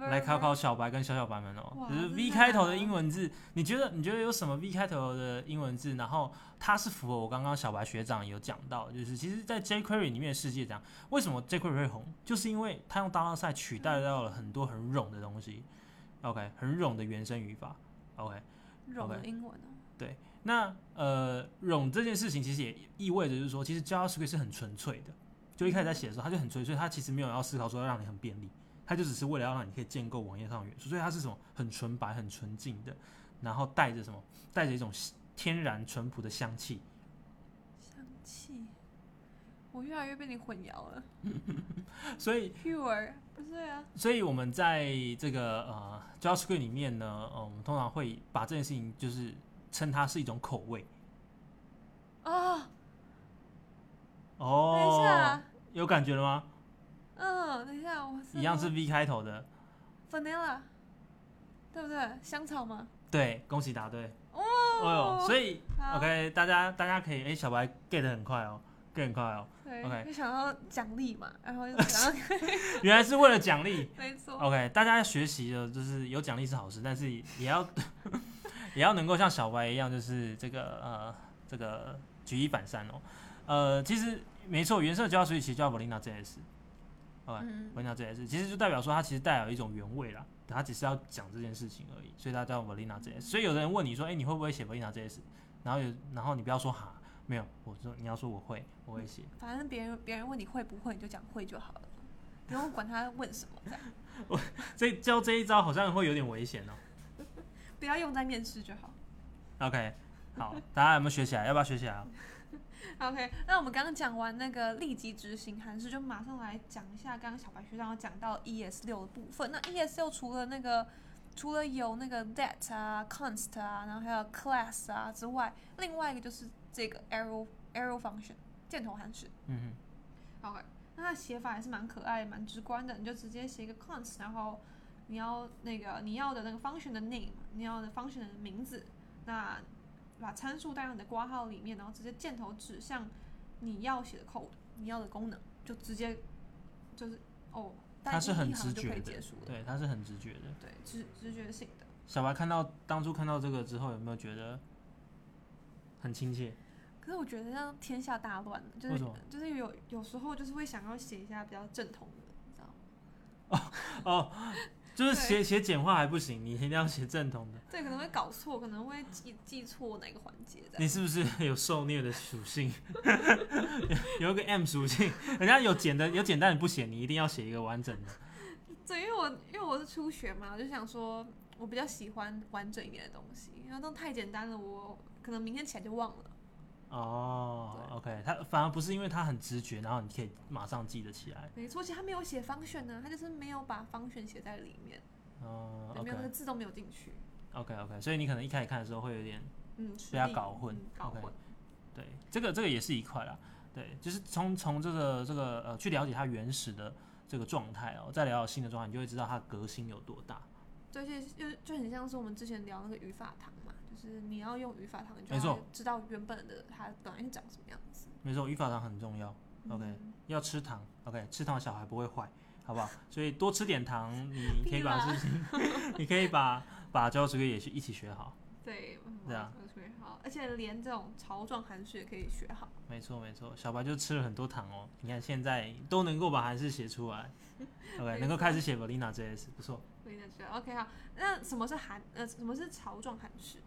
Speaker 2: 来
Speaker 1: Verbal
Speaker 2: 考考小白跟小小白们哦，
Speaker 1: 哇
Speaker 2: 就是
Speaker 1: 真的
Speaker 2: V
Speaker 1: 太
Speaker 2: 开头
Speaker 1: 难
Speaker 2: 的
Speaker 1: 了
Speaker 2: 英文字，你觉得你觉得有什么 V 开头的英文字？然后它是符合我刚刚小白学长有讲到，就是其实，在 jQuery 里面的世界讲，为什么 jQuery 会红，就是因为它用 dollar sign 取代掉了很多很冗的东西，OK，很冗的原生语法，OK，
Speaker 1: 柔的
Speaker 2: OK
Speaker 1: 英文哦。
Speaker 2: 那呃，冗这件事情其实也意味着就是说，其实 JavaScript 是很纯粹的。就一开始在写的时候，它就很纯粹，它其实没有要思考说要让你很便利，它就只是为了要让你可以建构网页上的元素，所以它是什么很纯白、很纯净的，然后带着什么，带着一种天然淳朴的香气。
Speaker 1: 香气，我越来越被你混淆了。
Speaker 2: 所以
Speaker 1: Pure 不对啊，
Speaker 2: 所以我们在这个呃 JavaScript 里面呢，呃，我们通常会把这件事情就是称它是一种口味。
Speaker 1: 啊，等一
Speaker 2: 哦，
Speaker 1: 下，啊
Speaker 2: 有感觉了吗？
Speaker 1: 嗯，等一下，我
Speaker 2: 一样是 V 开头的，
Speaker 1: vanilla，对不对？香草吗？
Speaker 2: 对，恭喜答对。哦
Speaker 1: 哦，
Speaker 2: 呦，所以
Speaker 1: 好
Speaker 2: OK，大家大家可以，哎、小白 get 得很快哦，get 很快哦，
Speaker 1: 对，
Speaker 2: OK
Speaker 1: 就想要奖励嘛，然 后就想要，
Speaker 2: 原来是为了奖励。
Speaker 1: 没错，
Speaker 2: OK，大家学习的就是有奖励是好事，但是也要 也要能够像小白一样，就是这个呃这个举一反三哦。呃，其实没错，原色教水其实叫 Volina JS。OK，
Speaker 1: 嗯，
Speaker 2: Volina JS 其实就代表说它其实带有一种原味啦，它只是要讲这件事情而已，所以它叫 Volina JS。所以有的人问你说，哎、你会不会写 Volina JS？然后有，然后你不要说哈，没有，我说你要说我会，我 会写。
Speaker 1: 反正别人别人问你会不会，你就讲会就好了，不用管他问什 么，这样
Speaker 2: 这教这一招好像会有点危险哦。
Speaker 1: 不要用在面试就好。
Speaker 2: OK，好，大家有没有学起来？要不要学起来啊？
Speaker 1: OK，那我们刚刚讲完那个立即执行函数，就马上来讲一下刚刚小白学长有讲到 ES 六的部分。那 ES 六除了那个除了有那个 that 啊、const 啊，然后还有 class 啊之外，另外一个就是这个 arrow arrow function 箭头函数。
Speaker 2: 嗯
Speaker 1: OK，那它写法也是蛮可爱、蛮直观的，你就直接写一个 const，然后你要那个你要的那个 function 的 name，你要的 function 的名字，那把参数带到你的挂号里面，然后直接箭头指向你要写的 code，你要的功能，就直接就是哦，
Speaker 2: 哼，
Speaker 1: 单
Speaker 2: 它是
Speaker 1: 一一
Speaker 2: 很
Speaker 1: 行
Speaker 2: 直
Speaker 1: 就可
Speaker 2: 觉
Speaker 1: 以
Speaker 2: 的
Speaker 1: 结束，了，
Speaker 2: 对，它是很直觉的。
Speaker 1: 对，直直觉性的。
Speaker 2: 小白看到当初看到这个之后，有没有觉得很亲切？
Speaker 1: 可是我觉得这样天 下大乱了，就
Speaker 2: 为
Speaker 1: 是
Speaker 2: 什么
Speaker 1: 就是有有时候就是会想要写一下比较正统的，你知道吗？
Speaker 2: 哦，就是
Speaker 1: 对
Speaker 2: 写写简化还不行，你一定要写正统的。
Speaker 1: 对，可能会搞错，可能会记记错哪个环节这样。
Speaker 2: 你是不是有受虐的属性？ 有有一个 M 属性，人家有简单有简单的不写，你一定要写一个完整的。
Speaker 1: 对，因为我因为我是初学嘛，我就想说我比较喜欢完整一点的东西，然后那种太简单了，我可能明天起来就忘了。
Speaker 2: 哦，OK，它反而不是因为它很直觉，然后你可以马上记得起来。
Speaker 1: 没错，其实他没有写方选呢，他就是没有把方选写在里面，
Speaker 2: 嗯
Speaker 1: 对，没有那个
Speaker 2: ，OK，OK，OK，、
Speaker 1: 字都没有进去。
Speaker 2: 所以你可能一开始看的时候会有点
Speaker 1: 嗯，吃
Speaker 2: 被它
Speaker 1: 力
Speaker 2: 搞混
Speaker 1: 嗯搞
Speaker 2: OK
Speaker 1: 混。
Speaker 2: 对，这个这个也是一块啦。对，就是从从这个这个呃去了解它原始的这个状态哦，再了解新的状态，你就会知道它的革新有多大。
Speaker 1: 对，就就就很像是我们之前聊那个语法堂嘛，就是你要用语法堂，你就
Speaker 2: 没错
Speaker 1: 要知道原本的它本来是长什么样子。
Speaker 2: 没错，语法糖很重要。OK，、
Speaker 1: 嗯
Speaker 2: 要吃糖。OK，吃糖小孩不会坏，好不好？所以多吃点糖，你可以
Speaker 1: 屁
Speaker 2: 把
Speaker 1: 啦
Speaker 2: 事情，你可以把把教这个也是一起学好。
Speaker 1: 对，嗯
Speaker 2: 对啊，
Speaker 1: 我学好，而且连这种潮状函数也可以学好。
Speaker 2: 没错没错，小白就吃了很多糖哦。你看现在都能够把韩式写出来，OK，
Speaker 1: 没
Speaker 2: 能
Speaker 1: 错
Speaker 2: 够开始写 Valina JS，不错。
Speaker 1: 所以呢，觉得 OK 好。那什么是函？呃，什么是潮状函式？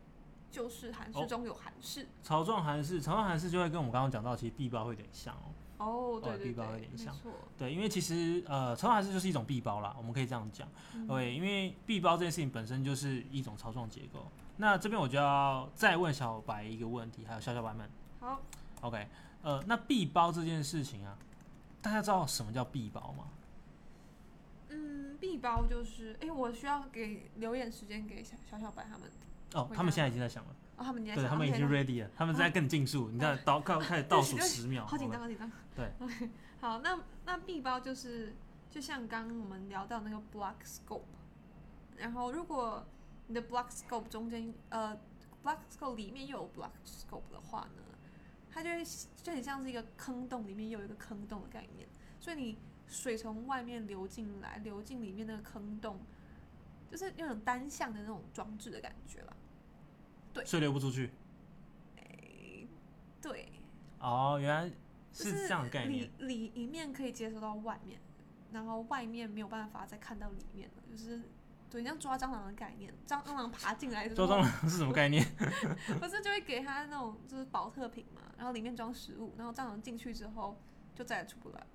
Speaker 1: 就是函
Speaker 2: 哦
Speaker 1: 数中有函式。
Speaker 2: 草状韩式，草状韩式就会跟我们刚刚讲到，其实 B 包会有点像哦。
Speaker 1: 哦，
Speaker 2: 哦
Speaker 1: 对对
Speaker 2: 地包有
Speaker 1: 对，
Speaker 2: 点
Speaker 1: 没
Speaker 2: 像
Speaker 1: 错。
Speaker 2: 对，因为其实呃，草状韩式就是一种 B 包啦，我们可以这样讲。
Speaker 1: 嗯
Speaker 2: 对，因为闭包这件事情本身就是一种操纵结构。那这边我就要再问小白一个问题，还有小小白们
Speaker 1: 好，
Speaker 2: ，OK，呃，那闭包这件事情啊，大家知道什么叫闭包吗？
Speaker 1: 嗯，B 包就是，哎，我需要给留点时间给小小小白他们。
Speaker 2: 哦
Speaker 1: 回，
Speaker 2: 他
Speaker 1: 答
Speaker 2: 们现在已经在想了，
Speaker 1: 哦，他们你在
Speaker 2: 对
Speaker 1: 想
Speaker 2: 他们已
Speaker 1: OK，
Speaker 2: 经
Speaker 1: 那哦
Speaker 2: ready 了，他们在跟你竞速，你看倒开开始倒数
Speaker 1: 对不起
Speaker 2: 十秒，哦
Speaker 1: 好紧
Speaker 2: 好吧
Speaker 1: 张，好紧张。
Speaker 2: 对
Speaker 1: OK，好，那那 B 包就是，就像刚刚我们聊到那个 block scope，然后如果你的 block scope 中间呃 block scope 里面又有 block scope 的话呢，它就会就很像是一个坑洞里面又有一个坑洞的概念，所以你水从外面流进来，流进里面那个坑洞，就是那种单向的那种装置的感觉了。
Speaker 2: 所以流不出去。
Speaker 1: 对，
Speaker 2: 哦，原来
Speaker 1: 就是
Speaker 2: 这样的概念
Speaker 1: 里。里里面可以接收到外面，然后外面没有办法再看到里面了，就是对，像抓蟑螂的概念，蟑蟑螂爬进来之
Speaker 2: 抓
Speaker 1: 后，
Speaker 2: 蟑螂是什么概念？
Speaker 1: 不是就会给它那种就是保特瓶嘛，然后里面装食物，然后蟑螂进去之后就再也出不来了，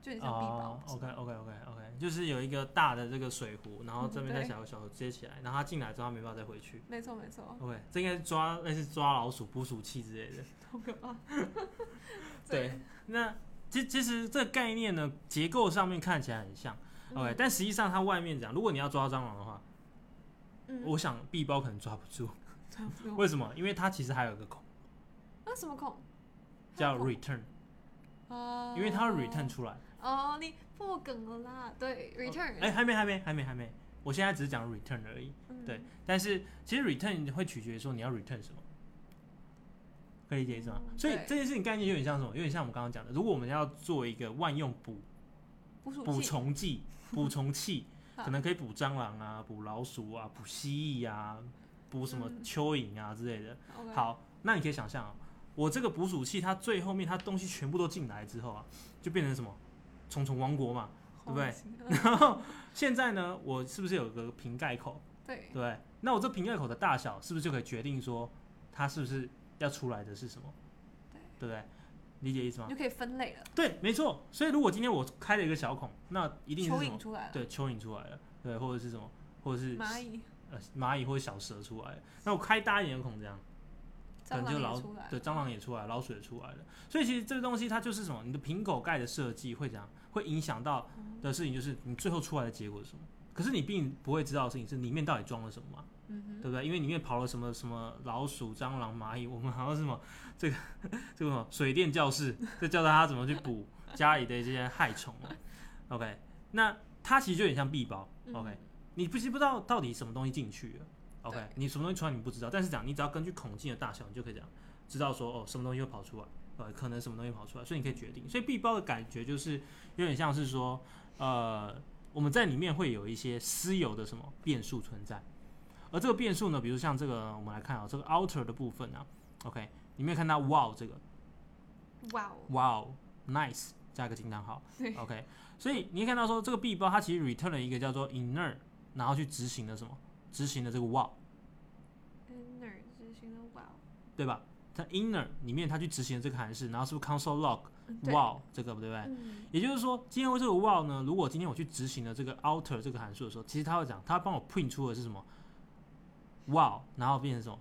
Speaker 1: 就很像壁包
Speaker 2: 哦。
Speaker 1: 是
Speaker 2: ，OK
Speaker 1: 吧
Speaker 2: OK OK OK，就是有一个大的这个水壶，然后这边
Speaker 1: 嗯
Speaker 2: 再
Speaker 1: 对
Speaker 2: 小小的接起来，然后它进来之后它没办法再回去。
Speaker 1: 没错没错，
Speaker 2: OK，这应该是抓类似抓老鼠、捕鼠器 之类的。
Speaker 1: 好可怕。
Speaker 2: 对，那其其实这个概念呢，结构上面看起来很像，OK，、但实际上它外面讲，如果你要抓蟑螂的话，
Speaker 1: 嗯，
Speaker 2: 我想臂包可能抓不住。
Speaker 1: 差不多
Speaker 2: 为什么？因为它其实还有一个孔
Speaker 1: 那什么孔？
Speaker 2: 叫
Speaker 1: 孔
Speaker 2: return，
Speaker 1: 哦，
Speaker 2: 因为它要 return 出来。
Speaker 1: 哦，你破梗了啦，对，return，
Speaker 2: 哎、还没，还没，还没，还没。我现在只是讲 return 而已。
Speaker 1: 嗯
Speaker 2: 对，但是其实 return 会取决于说你要 return 什么，可以理解意思吗？
Speaker 1: 嗯
Speaker 2: 所以
Speaker 1: 对
Speaker 2: 这件事情概念有点像什么？有点像我们刚刚讲的，如果我们要做一个万用补
Speaker 1: 捕鼠
Speaker 2: 补
Speaker 1: 器，
Speaker 2: 虫剂、补虫器
Speaker 1: 好
Speaker 2: 可能可以补蟑螂啊、补老鼠啊、补蜥蜴啊、补什么
Speaker 1: 嗯
Speaker 2: 蚯蚓啊之类的。
Speaker 1: ，OK，
Speaker 2: 好，那你可以想象、啊，我这个捕鼠器，它最后面它东西全部都进来之后啊，就变成什么虫虫王国嘛。对不对
Speaker 1: 好恶心？嗯
Speaker 2: 然后现在呢，我是不是有个瓶盖口？
Speaker 1: 对
Speaker 2: 对，不对，那我这瓶盖口的大小是不是就可以决定说它是不是要出来的是什么？
Speaker 1: 对
Speaker 2: 对不对？理解意思吗
Speaker 1: 你？就可以分类了，
Speaker 2: 对，没错。所以如果今天我开了一个小孔，那一定是
Speaker 1: 蚯
Speaker 2: 什么
Speaker 1: 蚓？出来了，
Speaker 2: 对，蚯蚓出来了，对，或者是什么，或者是
Speaker 1: 蚂蚁、
Speaker 2: 呃蚂蚁或者小蛇出来了。那我开大一点的孔，这样，可
Speaker 1: 蟑
Speaker 2: 能就
Speaker 1: 螂
Speaker 2: 老
Speaker 1: 也出来了，
Speaker 2: 对，蟑螂也出来，老鼠也出来了。所以其实这个东西它就是什么，你的瓶口盖的设计会怎样，会影响到
Speaker 1: 嗯
Speaker 2: 的事情就是你最后出来的结果是什么。可是你并不会知道的事情是里面到底装了什么嘛，
Speaker 1: 嗯
Speaker 2: 对不对？因为里面跑了什么什么老鼠、蟑螂、蚂蚁，我们还有什么 这个这个什么水电教室，这教大家怎么去捕家里的一些害虫哦。OK，那它其实就有点像壁包。
Speaker 1: 哼
Speaker 2: OK，、
Speaker 1: 嗯
Speaker 2: 你不知不知道到底什么东西进去了，OK，
Speaker 1: 对
Speaker 2: 你什么东西出来你不知道，但是讲你只要根据孔径的大小，你就可以讲知道说哦什么东西会跑出来，呃，可能什么东西跑出来，所以你可以决定。所以闭包的感觉就是有点像是说，呃，我们在里面会有一些私有的什么变数存在，而这个变数呢，比如像这个我们来看啊、这个 outer 的部分啊，OK，你没有看到 wow 这个
Speaker 1: 哇哦，
Speaker 2: wow nice 加一个惊叹号
Speaker 1: 对。
Speaker 2: OK，所以你可以看到说这个 B 包它其实 return 了一个叫做 inner，然后去执行的什么？执行的这个 wow，
Speaker 1: inner 执行的哦 wow，
Speaker 2: 对吧？它 inner 里面它去执行的这个函式，然后是不是 console log
Speaker 1: 嗯对，
Speaker 2: wow 这个对不对？
Speaker 1: 嗯，
Speaker 2: 也就是说，今天为这个 wow 呢，如果今天我去执行了这个 outer 这个函数的时候，其实它会讲，它帮我 print 出的是什么 wow，然后变成什么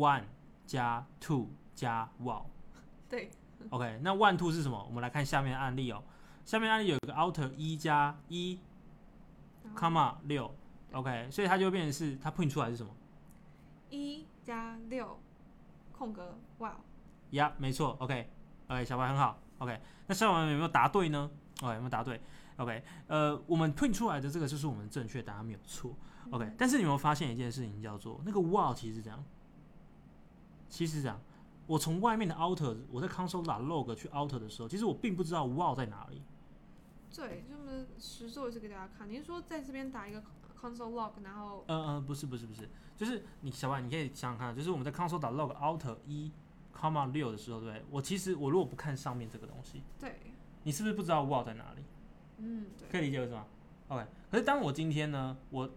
Speaker 2: one 加 two 加 wow。
Speaker 1: 对，
Speaker 2: OK，那 one two 是什么？我们来看下面的案例哦。下面案例有一个 outer 一加一
Speaker 1: 然后
Speaker 2: comma 六，OK，所以它就变成是它 print 出来是什么？
Speaker 1: 一加六空格哦 wow，
Speaker 2: 呀、没错，OK，OK，、小白很好，OK。那小白有没有答对呢？OK，有没有答对？OK，呃，我们 print 出来的这个就是我们正确答案，没有错，OK、但
Speaker 1: 嗯
Speaker 2: 是你有没有发现一件事情，叫做那个 wow 其实是这样，其实是这样，我从外面的 outer，我在 console 打 log 去 outer 的时候，其实我并不知道 wow 在哪里。
Speaker 1: 对，这么实做一次给大家看。您说在这边打一个 console log，然后
Speaker 2: 呃呃，不是不是不是，就是你小白，你可以想想看，就是我们在 console 打 log outer 一 comma 六的时候，对不对？我其实我如果不看上面这个东西，
Speaker 1: 对，
Speaker 2: 你是不是不知道 wow 在哪里？
Speaker 1: 嗯，对，
Speaker 2: 可以理解为什么？OK，可是当我今天呢，我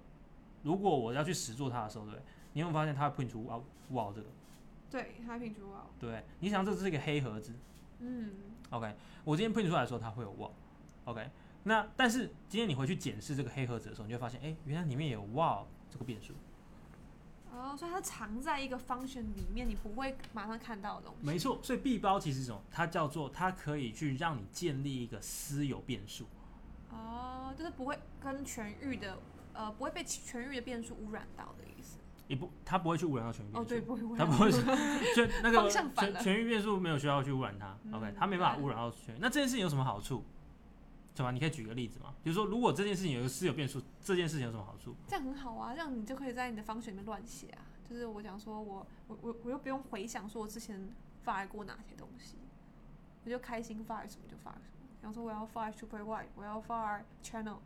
Speaker 2: 如果我要去实做它的时候，对不对？你有没有发现它会 print 出哇哇这个，
Speaker 1: 对，happy to wow，
Speaker 2: 对不对？你想这是一个黑盒子
Speaker 1: 哦嗯，
Speaker 2: ，OK，我今天 print 出来的时候它会有哇 o k 那但是今天你回去检视这个黑盒子的时候，你就会发现，哎，原来里面有哇这个变数，
Speaker 1: 哦，所以它藏在一个 function 里面，你不会马上看到的东西。
Speaker 2: 没错，所以 B 包其实是什么？它叫做它可以去让你建立一个私有变数。
Speaker 1: 哦，就是不会跟全域的，呃，不会被其全域的变数污染到的意思。
Speaker 2: 也不，它不会去污染到全部
Speaker 1: 哦，
Speaker 2: 变数。
Speaker 1: 对，不会污
Speaker 2: 它
Speaker 1: 染
Speaker 2: 不
Speaker 1: 到。
Speaker 2: 会是， 就那个
Speaker 1: 方向反
Speaker 2: 全
Speaker 1: 了
Speaker 2: 全域变数没有需要去污染它、
Speaker 1: 嗯
Speaker 2: o k 它没办法污染到全域。那这件事情有什么好处？小吧？你可以举个例子吗？比如说，如果这件事情有一个私有变数，这件事情有什么好处？
Speaker 1: 这样很好啊，这样你就可以在你的 function 里面乱写啊。就是我讲说我我我我又不用回想说我之前 fire 过哪些东西，我就开心 fire 什么就 fire 什么。比方说我要 fire super wide，我要 fire channel，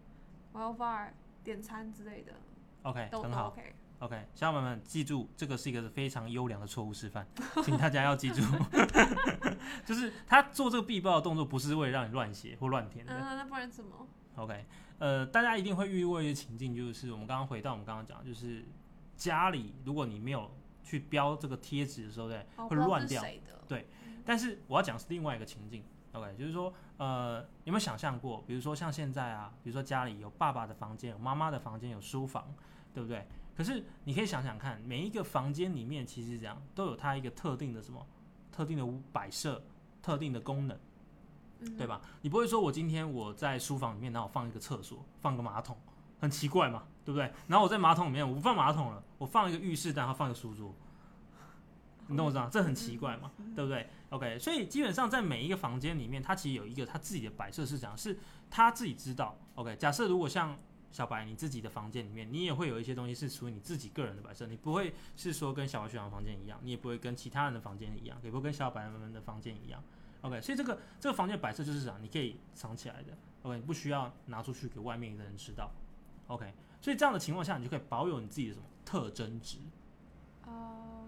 Speaker 1: 我要 fire 点餐之类的，
Speaker 2: OK，
Speaker 1: 都
Speaker 2: 哎很
Speaker 1: 都
Speaker 2: 好。
Speaker 1: OK。
Speaker 2: OK，小伙伴们记住，这个是一个非常优良的错误示范，请大家要记住， 就是他做这个必报的动作，不是为了让你乱写或乱填
Speaker 1: 嗯、
Speaker 2: 的。
Speaker 1: 那不然怎么？
Speaker 2: OK，呃，大家一定会遇过一些情境，就是我们刚刚回到我们刚刚讲，就是家里如果你没有去标这个贴纸的时候，对，
Speaker 1: 哦，
Speaker 2: 哎会乱
Speaker 1: 不
Speaker 2: 掉
Speaker 1: 知道是。谁的？
Speaker 2: 但是我要讲是另外一个情境，OK，就是说，呃，有没有想象过，比如说像现在啊，比如说家里有爸爸的房间，有妈妈的房间，有书房，对不对？可是你可以想想看，每一个房间里面其实这样都有它一个特定的什么，特定的摆设、特定的功能，
Speaker 1: 嗯，
Speaker 2: 对吧？你不会说我今天我在书房里面，然后我放一个厕所，放个马桶，很奇怪嘛，对不对？然后我在马桶里面我不放马桶了，我放一个浴室，然后放一个书桌，你懂我知道，这很奇怪嘛，对不对？OK，所以基本上在每一个房间里面，它其实有一个它自己的摆设是讲，是他自己知道。OK，假设如果像小白你自己的房间里面，你也会有一些东西是属于你自己个人的摆设，你不会是说跟小白学长的房间一样，你也不会跟其他人的房间一样，也不会跟小白们的房间一样。OK，所以这个这个房间摆设就是讲你可以藏起来的，OK，你不需要拿出去给外面的人知道，OK，所以这样的情况下，你就可以保有你自己的什么特征值，
Speaker 1: 哦、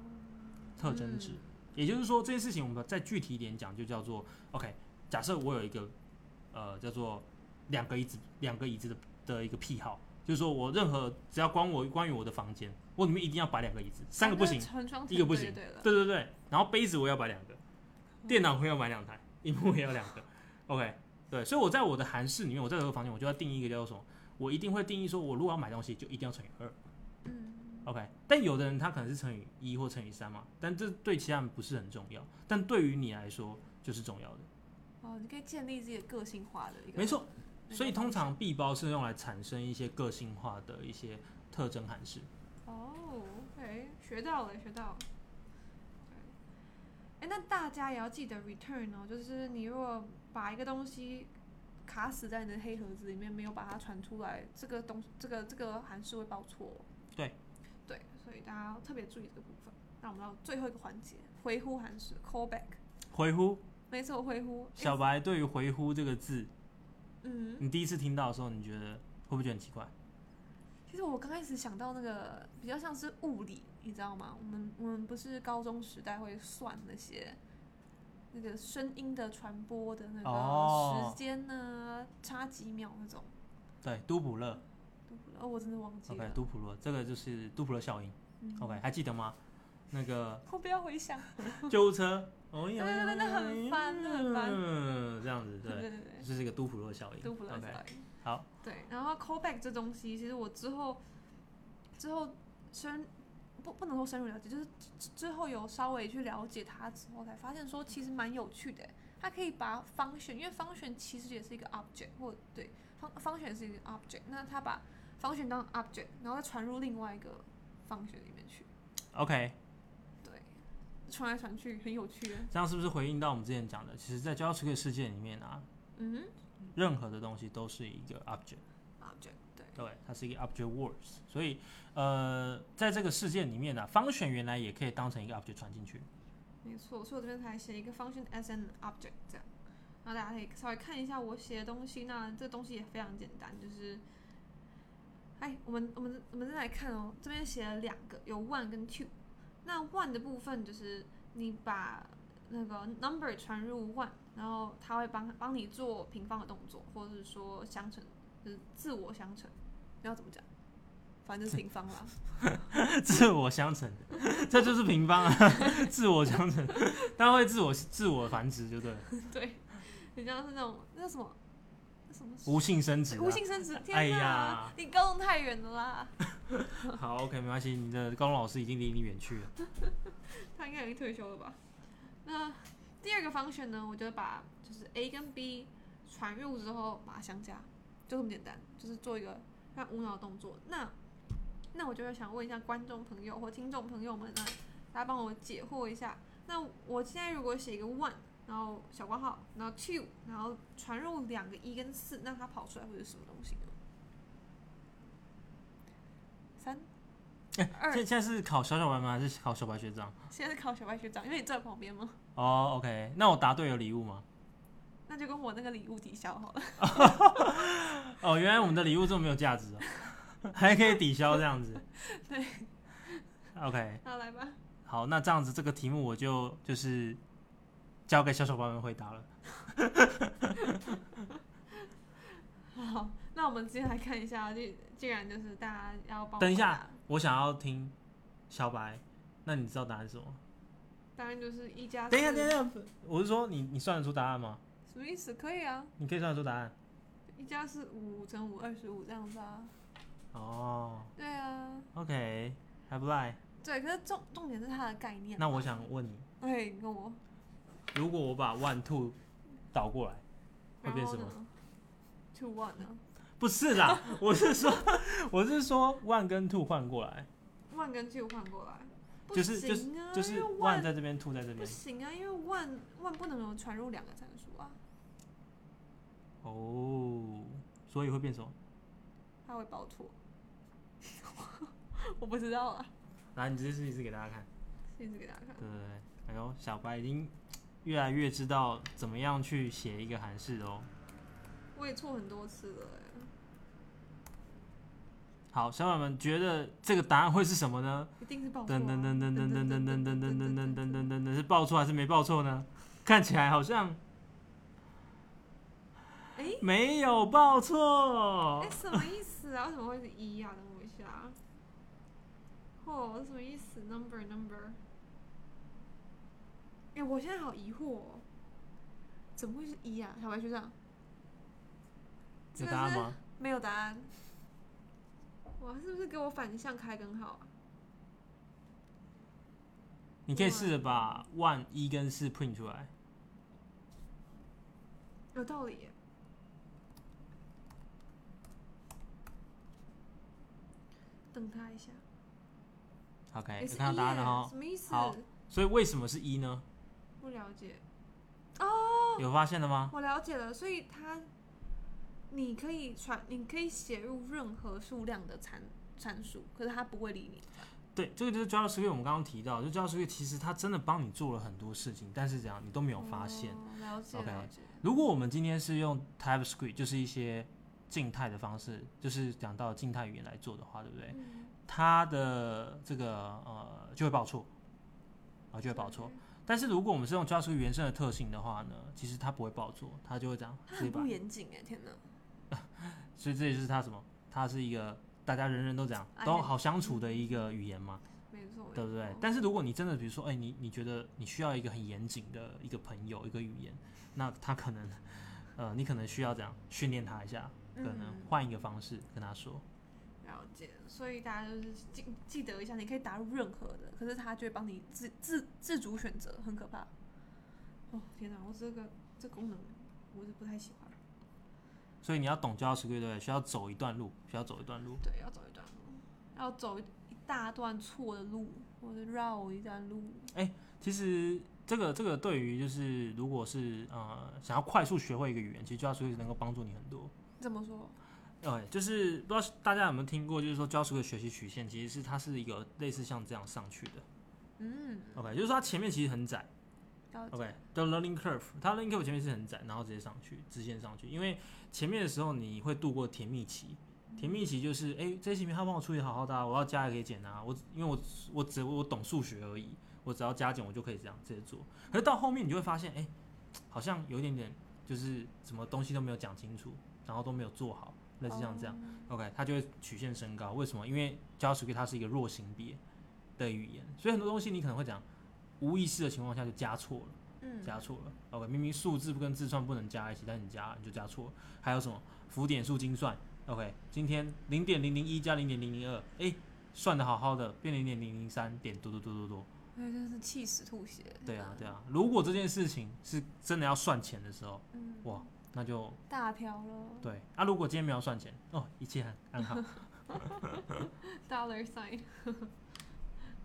Speaker 2: 特征值，
Speaker 1: 嗯
Speaker 2: 也就是说这件事情我们再具体一点讲，就叫做 OK，假设我有一个呃叫做两个椅子两个椅子的的一个癖好，就是说我任何只要关我关于我的房间，我里面一定要摆两个椅子，三个不行，，
Speaker 1: 很双
Speaker 2: 一个不行
Speaker 1: 对哦了。
Speaker 2: 对对对，然后杯子我要买两个，电脑我要买两台，荧幕也要两个，OK，对，所以我在我的韩式里面，我在这个房间我就要定义一个叫做什么，我一定会定义说，我如果要买东西就一定要乘以二
Speaker 1: 嗯，
Speaker 2: ，OK，但有的人他可能是乘以一或乘以三嘛，但这对其他人不是很重要，但对于你来说就是重要的，
Speaker 1: 哦，你可以建立自己的个性化的一个。
Speaker 2: 没错，
Speaker 1: 那个
Speaker 2: 所以通常币包是用来产生一些个性化的一些特征韩式。
Speaker 1: 哦，OK，学到了，学到了。哎，那大家也要记得 return 哦，就是你如果把一个东西卡死在你的黑盒子里面，没有把它传出来，这个东这个这个函数会报错哦。
Speaker 2: 对，
Speaker 1: 对，所以大家要特别注意这个部分。那我们到最后一个环节，回呼函数 callback，
Speaker 2: 回呼，
Speaker 1: 没错，回呼。诶
Speaker 2: 小白对于回呼这个字，
Speaker 1: 嗯，
Speaker 2: 你第一次听到的时候，你觉得会不会觉得很奇怪？
Speaker 1: 其实我刚开始想到那个比较像是物理，你知道吗？我们我们不是高中时代会算那些那那个声音的传播的那个
Speaker 2: 哦
Speaker 1: 时间呢、差几秒那种。
Speaker 2: 对，都普勒
Speaker 1: 对不对哦，我真的忘记了。
Speaker 2: ，OK，都普勒，这个就是都普勒效应
Speaker 1: 嗯
Speaker 2: ，OK，还记得吗？那个
Speaker 1: 我不要回想。
Speaker 2: 救护车，哦
Speaker 1: 对对对那很烦那很烦
Speaker 2: 嗯，这样子，
Speaker 1: 对
Speaker 2: 对，
Speaker 1: 对对，
Speaker 2: 这是一个都普勒效应，
Speaker 1: 都不能
Speaker 2: OK，
Speaker 1: 来。
Speaker 2: 好，
Speaker 1: 对，然后 callback 这东西，其实我之后之后深不不能说深入了解，就是之之后有稍微去了解它之后，才发现说其实蛮有趣的。它可以把 function，因为 function 其实也是一个 object，或对 fun function 也是一个 object，那它把 function 当 object，然后再传入另外一个 function 里面去，
Speaker 2: OK，
Speaker 1: 对，传来传去很有趣。
Speaker 2: 这样是不是回应到我们之前讲的？其实，在 JavaScript 世界里面啊，
Speaker 1: 嗯
Speaker 2: 任何的东西都是一个 object。
Speaker 1: 哼，object 对，
Speaker 2: 对，它是一个 object words，所以呃，在这个事件里面呢、方选原来也可以当成一个 object 传进去。
Speaker 1: 没错，所以我这边才写一个 function as an object 这样，然后大家可以稍微看一下我写的东西。那这东西也非常简单，就是，哎，我们我们我们再来看哦，这边写了两个，有 one 跟 two。那 one 的部分就是你把那个 number 传入 one，然后它会帮帮你做平方的动作，或者是说相乘，就是自我相乘，不知道怎么讲，反正就是平方 啦。
Speaker 2: 自我相乘，这就是平方啊， 自我相乘，它会自我自我繁殖，就对了，
Speaker 1: 对，你像是那种那叫什么，那什么
Speaker 2: 无性生殖、
Speaker 1: 无性生殖，天
Speaker 2: 哎
Speaker 1: 哪！
Speaker 2: 呀
Speaker 1: 你高中太远了啦，
Speaker 2: 啊。好，OK，没关系，你的高中老师已经离你远去了。
Speaker 1: 他应该已经退休了吧？那第二个方选呢，我就把就是 A 跟 B 传入之后把它相加，就这么简单，就是做一个让无脑的动作。那那我就是想问一下观众朋友或听众朋友们呢，大家帮我解惑一下。那我现在如果写一个 one，然后小括号，然后 two，然后传入两个一跟四，那它跑出来会是什么东西呢？三，二
Speaker 2: 现现在是考小小白吗？还是考小白学长？
Speaker 1: 现在是考小白学长，因为你坐在旁边吗？
Speaker 2: 哦、o k 那我答对有礼物吗？
Speaker 1: 那就跟我那个礼物抵消好了。
Speaker 2: 哦，原来我们的礼物这么没有价值哦， 还可以抵消这样子。
Speaker 1: 对
Speaker 2: ，OK，
Speaker 1: 好，来吧。
Speaker 2: 好，那这样子这个题目我就就是交给小手宝们回答了。
Speaker 1: 好，那我们接下来看一下，既既然就是大家要帮我
Speaker 2: 等一
Speaker 1: 回
Speaker 2: 下
Speaker 1: 答，，
Speaker 2: 我想要听小白，那你知道答案是什么？
Speaker 1: 当然就是一加四。
Speaker 2: 等一下，等一下，我是说你你算得出答案吗？
Speaker 1: 什么意思？可以啊，
Speaker 2: 你可以算得出答案
Speaker 1: 一加是五乘五二十五这样子啊。
Speaker 2: 哦。
Speaker 1: 对啊，
Speaker 2: OK，还不赖。
Speaker 1: 对，可是重重点是它的概念。
Speaker 2: 那我想问你，
Speaker 1: 哎，你跟我
Speaker 2: 如果我把 one two 倒过来，会变什么
Speaker 1: 然后呢？Two one 啊呢
Speaker 2: 不是啦，我是说我是说 one 跟 two 换过来，
Speaker 1: ？One 跟 two 换过来，不
Speaker 2: 就是就
Speaker 1: 行啊，
Speaker 2: 就是
Speaker 1: 因为
Speaker 2: one 在这边，two 在这
Speaker 1: 不
Speaker 2: 边。
Speaker 1: 行啊，因为 one one 不能有传入两个参数啊，
Speaker 2: 哦，所以会变什么？
Speaker 1: 它会报错。 我不知道啊，
Speaker 2: 来，你直接试一试给大家看。
Speaker 1: 一直给大家看。
Speaker 2: 对对对，哎呦，小白已经越来越知道怎么样去写一个韩式哦。
Speaker 1: 我也错很多次了欸，
Speaker 2: 好，小伙伴们觉得这个答案会是什么呢？
Speaker 1: 一定是报错啊。
Speaker 2: 噔噔噔噔噔噔噔噔噔噔噔噔噔噔噔噔，是报错还是没报错呢？看起来好像
Speaker 1: 哎
Speaker 2: 没有报错
Speaker 1: 哎，。什么意思啊？为什么会是一啊？等我一下。哦，什么意思？Number number。哎，我现在好疑惑哦，怎么会是一啊？小白学长，这
Speaker 2: 有
Speaker 1: 个
Speaker 2: 答案
Speaker 1: 是
Speaker 2: 吗？
Speaker 1: 没有答案。哇，是不是给我反向开根号啊？
Speaker 2: 你可以试着把 one 一跟四 print 出来。
Speaker 1: 有道理耶。等他一下，
Speaker 2: OK，
Speaker 1: 也
Speaker 2: 有
Speaker 1: 是
Speaker 2: 看到答案了
Speaker 1: 一耶
Speaker 2: 哈
Speaker 1: 什。么意思？
Speaker 2: 哦好所以为什么是一呢？
Speaker 1: 不了解，
Speaker 2: 有发现了吗？
Speaker 1: 我了解了，所以它，你可以传，你可以写入任何数量的参参数，可是它不会理你。
Speaker 2: 对，这个就是 JavaScript，我们刚刚提到，就 JavaScript 其实它真的帮你做了很多事情，但是怎样你都没有发现。
Speaker 1: 哦了解
Speaker 2: OK
Speaker 1: 了解。
Speaker 2: 如果我们今天是用 TypeScript，就是一些静态的方式，就是讲到静态语言来做的话，对不对？
Speaker 1: 嗯
Speaker 2: 它的这个呃就会报错，啊、就会报错。。但是如果我们是用 JavaScript 原生的特性的话呢，其实它不会报错，它就会这样
Speaker 1: 它
Speaker 2: 直接
Speaker 1: 很
Speaker 2: 把
Speaker 1: 不。严谨哎，天哪！
Speaker 2: 所以这也就是它什么？它是一个大家人人都这样
Speaker 1: 哎
Speaker 2: 都好相处的一个语言嘛。
Speaker 1: 没错，
Speaker 2: 对不对
Speaker 1: 没错？
Speaker 2: 但是如果你真的比如说，哎、你你觉得你需要一个很严谨的一个朋友，一个语言，那他可能，呃，你可能需要这样训练他一下，可能
Speaker 1: 嗯
Speaker 2: 换一个方式跟他说，
Speaker 1: 了解，所以大家就是记记得一下，你可以打入任何的，可是他就会帮你自自自主选择，很可怕。哦天哪，我这个这功能我是不太喜欢。
Speaker 2: 所以你要懂 JavaScript，对不对？需要走一段路，需要走一段路。
Speaker 1: 对，要走一段路，要走一大段错的路，或者绕一段路。
Speaker 2: 其实这个这个对于就是如果是呃想要快速学会一个语言，其实 JavaScript 能够帮助你很多。
Speaker 1: 怎么说？
Speaker 2: 对，就是不知道大家有没有听过，就是说 JavaScript 学习曲线其实是它是一个类似像这样上去的。
Speaker 1: 嗯，
Speaker 2: OK，就是说它前面其实很窄。
Speaker 1: 要
Speaker 2: OK，叫 learning curve，它 learning curve 前面是很窄，然后直接上去，直线上去。因为前面的时候你会度过甜蜜期，甜蜜期就是，哎、这些题他帮我处理好好的啊、我要加也可以减啊，我因为我我只我懂数学而已，我只要加减我就可以这样直接做。可是到后面你就会发现，哎、好像有一点点就是什么东西都没有讲清楚，然后都没有做好，类似像
Speaker 1: 哦
Speaker 2: 这样。OK，它就会曲线升高。为什么？因为 JavaScript 它是一个弱型别的语言，所以很多东西你可能会讲无意识的情况下就加错了。
Speaker 1: 嗯，
Speaker 2: 加错了。OK，明明数字跟字串不能加一起，但你加了你就加错了。还有什么浮点数精算？OK，今天零点零零一加零点零零二，哎，算的好好的，变零点零零三点多多多多多。
Speaker 1: 哎，真是气死吐血。
Speaker 2: 对啊，对
Speaker 1: 啊，
Speaker 2: 啊。如果这件事情是真的要算钱的时候，
Speaker 1: 嗯，
Speaker 2: 哇，那就
Speaker 1: 大飘了
Speaker 2: 对。啊，如果今天没有算钱，哦，一切很很好。
Speaker 1: ，dollar sign。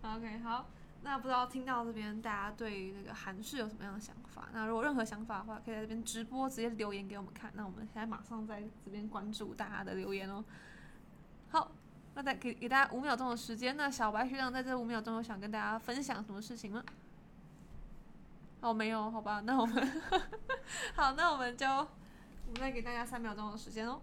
Speaker 1: OK，好，那不知道听到这边大家对于那个韩式有什么样的想法？那如果任何想法的话，可以在这边直播直接留言给我们看。那我们现在马上在这边关注大家的留言哦。好，那再给给大家五秒钟的时间。那小白学长在这五秒钟有想跟大家分享什么事情吗？哦，没有，好吧，那我们 好，那我们就我们再给大家三秒钟的时间哦。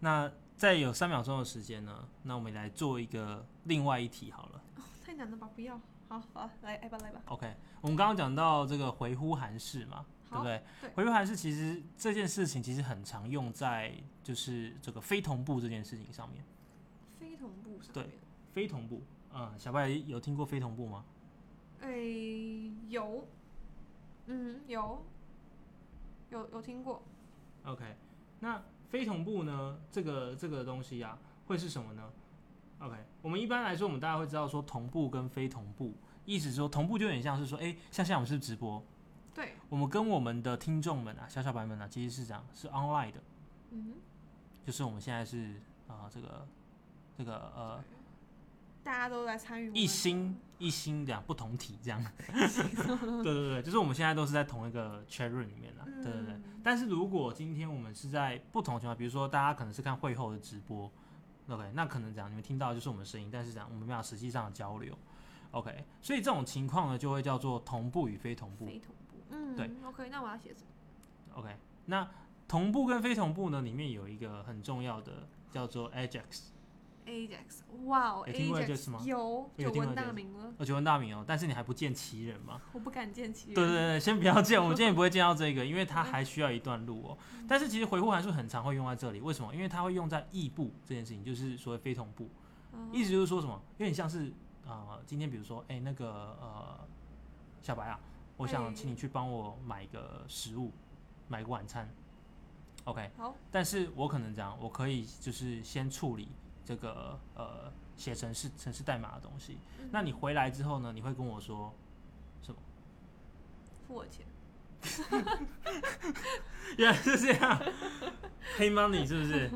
Speaker 2: 那再有三秒钟的时间呢，那我们来做一个另外一题好了。
Speaker 1: 哦太难了吧？不要。好好，来，来吧，来吧。
Speaker 2: OK，我们刚刚讲到这个回呼函式嘛，对
Speaker 1: 好
Speaker 2: 不对？
Speaker 1: 对
Speaker 2: 回呼函式其实这件事情其实很常用在就是这个非同步这件事情上面。
Speaker 1: 非同步上
Speaker 2: 对
Speaker 1: 面。
Speaker 2: 非同步，嗯，小白有听过非同步吗？
Speaker 1: 诶，有，嗯，有，有有听过。
Speaker 2: OK，那非同步呢？这个这个东西啊，会是什么呢？OK，我们一般来说，我们大家会知道说同步跟非同步，意思说同步就有点像是说，哎，像现在我们是直播，
Speaker 1: 对，
Speaker 2: 我们跟我们的听众们啊，小小白们啊，其实是这样，是 online 的，
Speaker 1: 嗯
Speaker 2: 就是我们现在是啊、呃这个这个
Speaker 1: 哼，
Speaker 2: 呃
Speaker 1: 对大家都来参与哎我们的。
Speaker 2: 一心一心两不同体 这样，对对对，就是我们现在都是在同一个 chat room 里面啊，
Speaker 1: 嗯，
Speaker 2: 对对对。但是如果今天我们是在不同的情况，比如说大家可能是看会后的直播，OK，那可能讲你们听到的就是我们的声音，但是讲我们没有实际上的交流，OK，所以这种情况呢就会叫做同步与非同步
Speaker 1: 非同步。嗯，
Speaker 2: 对。
Speaker 1: OK，那我要写什么？
Speaker 2: ，OK。那同步跟非同步呢，里面有一个很重要的叫做 Ajax，
Speaker 1: Ajax，哇哦
Speaker 2: 有听过 Ajax 吗
Speaker 1: ，Ajax 有
Speaker 2: 有
Speaker 1: 久
Speaker 2: 听过
Speaker 1: 闻
Speaker 2: Ajax
Speaker 1: 大名了，
Speaker 2: 我求问大名哦，但是你还不见其人吗？
Speaker 1: 我不敢见其人。
Speaker 2: 对对对，先不要见，我们今天也不会见到这个，因为
Speaker 1: 嗯
Speaker 2: 它还需要一段路哦。但是其实回复函数很常会用在这里，为什么？因为它会用在异步这件事情，就是所谓非同步，
Speaker 1: 嗯
Speaker 2: 意思就是说什么，有点像是呃，今天比如说，哎、那个呃，小白啊，我想
Speaker 1: 哎
Speaker 2: 请你去帮我买个食物，买个晚餐，OK，
Speaker 1: 好，
Speaker 2: 但是我可能这样，我可以就是先处理这个呃写程式程式代码的东西，
Speaker 1: 嗯
Speaker 2: 那你回来之后呢，你会跟我说。
Speaker 1: 付我钱。
Speaker 2: 原来是这样，黑 money 是不是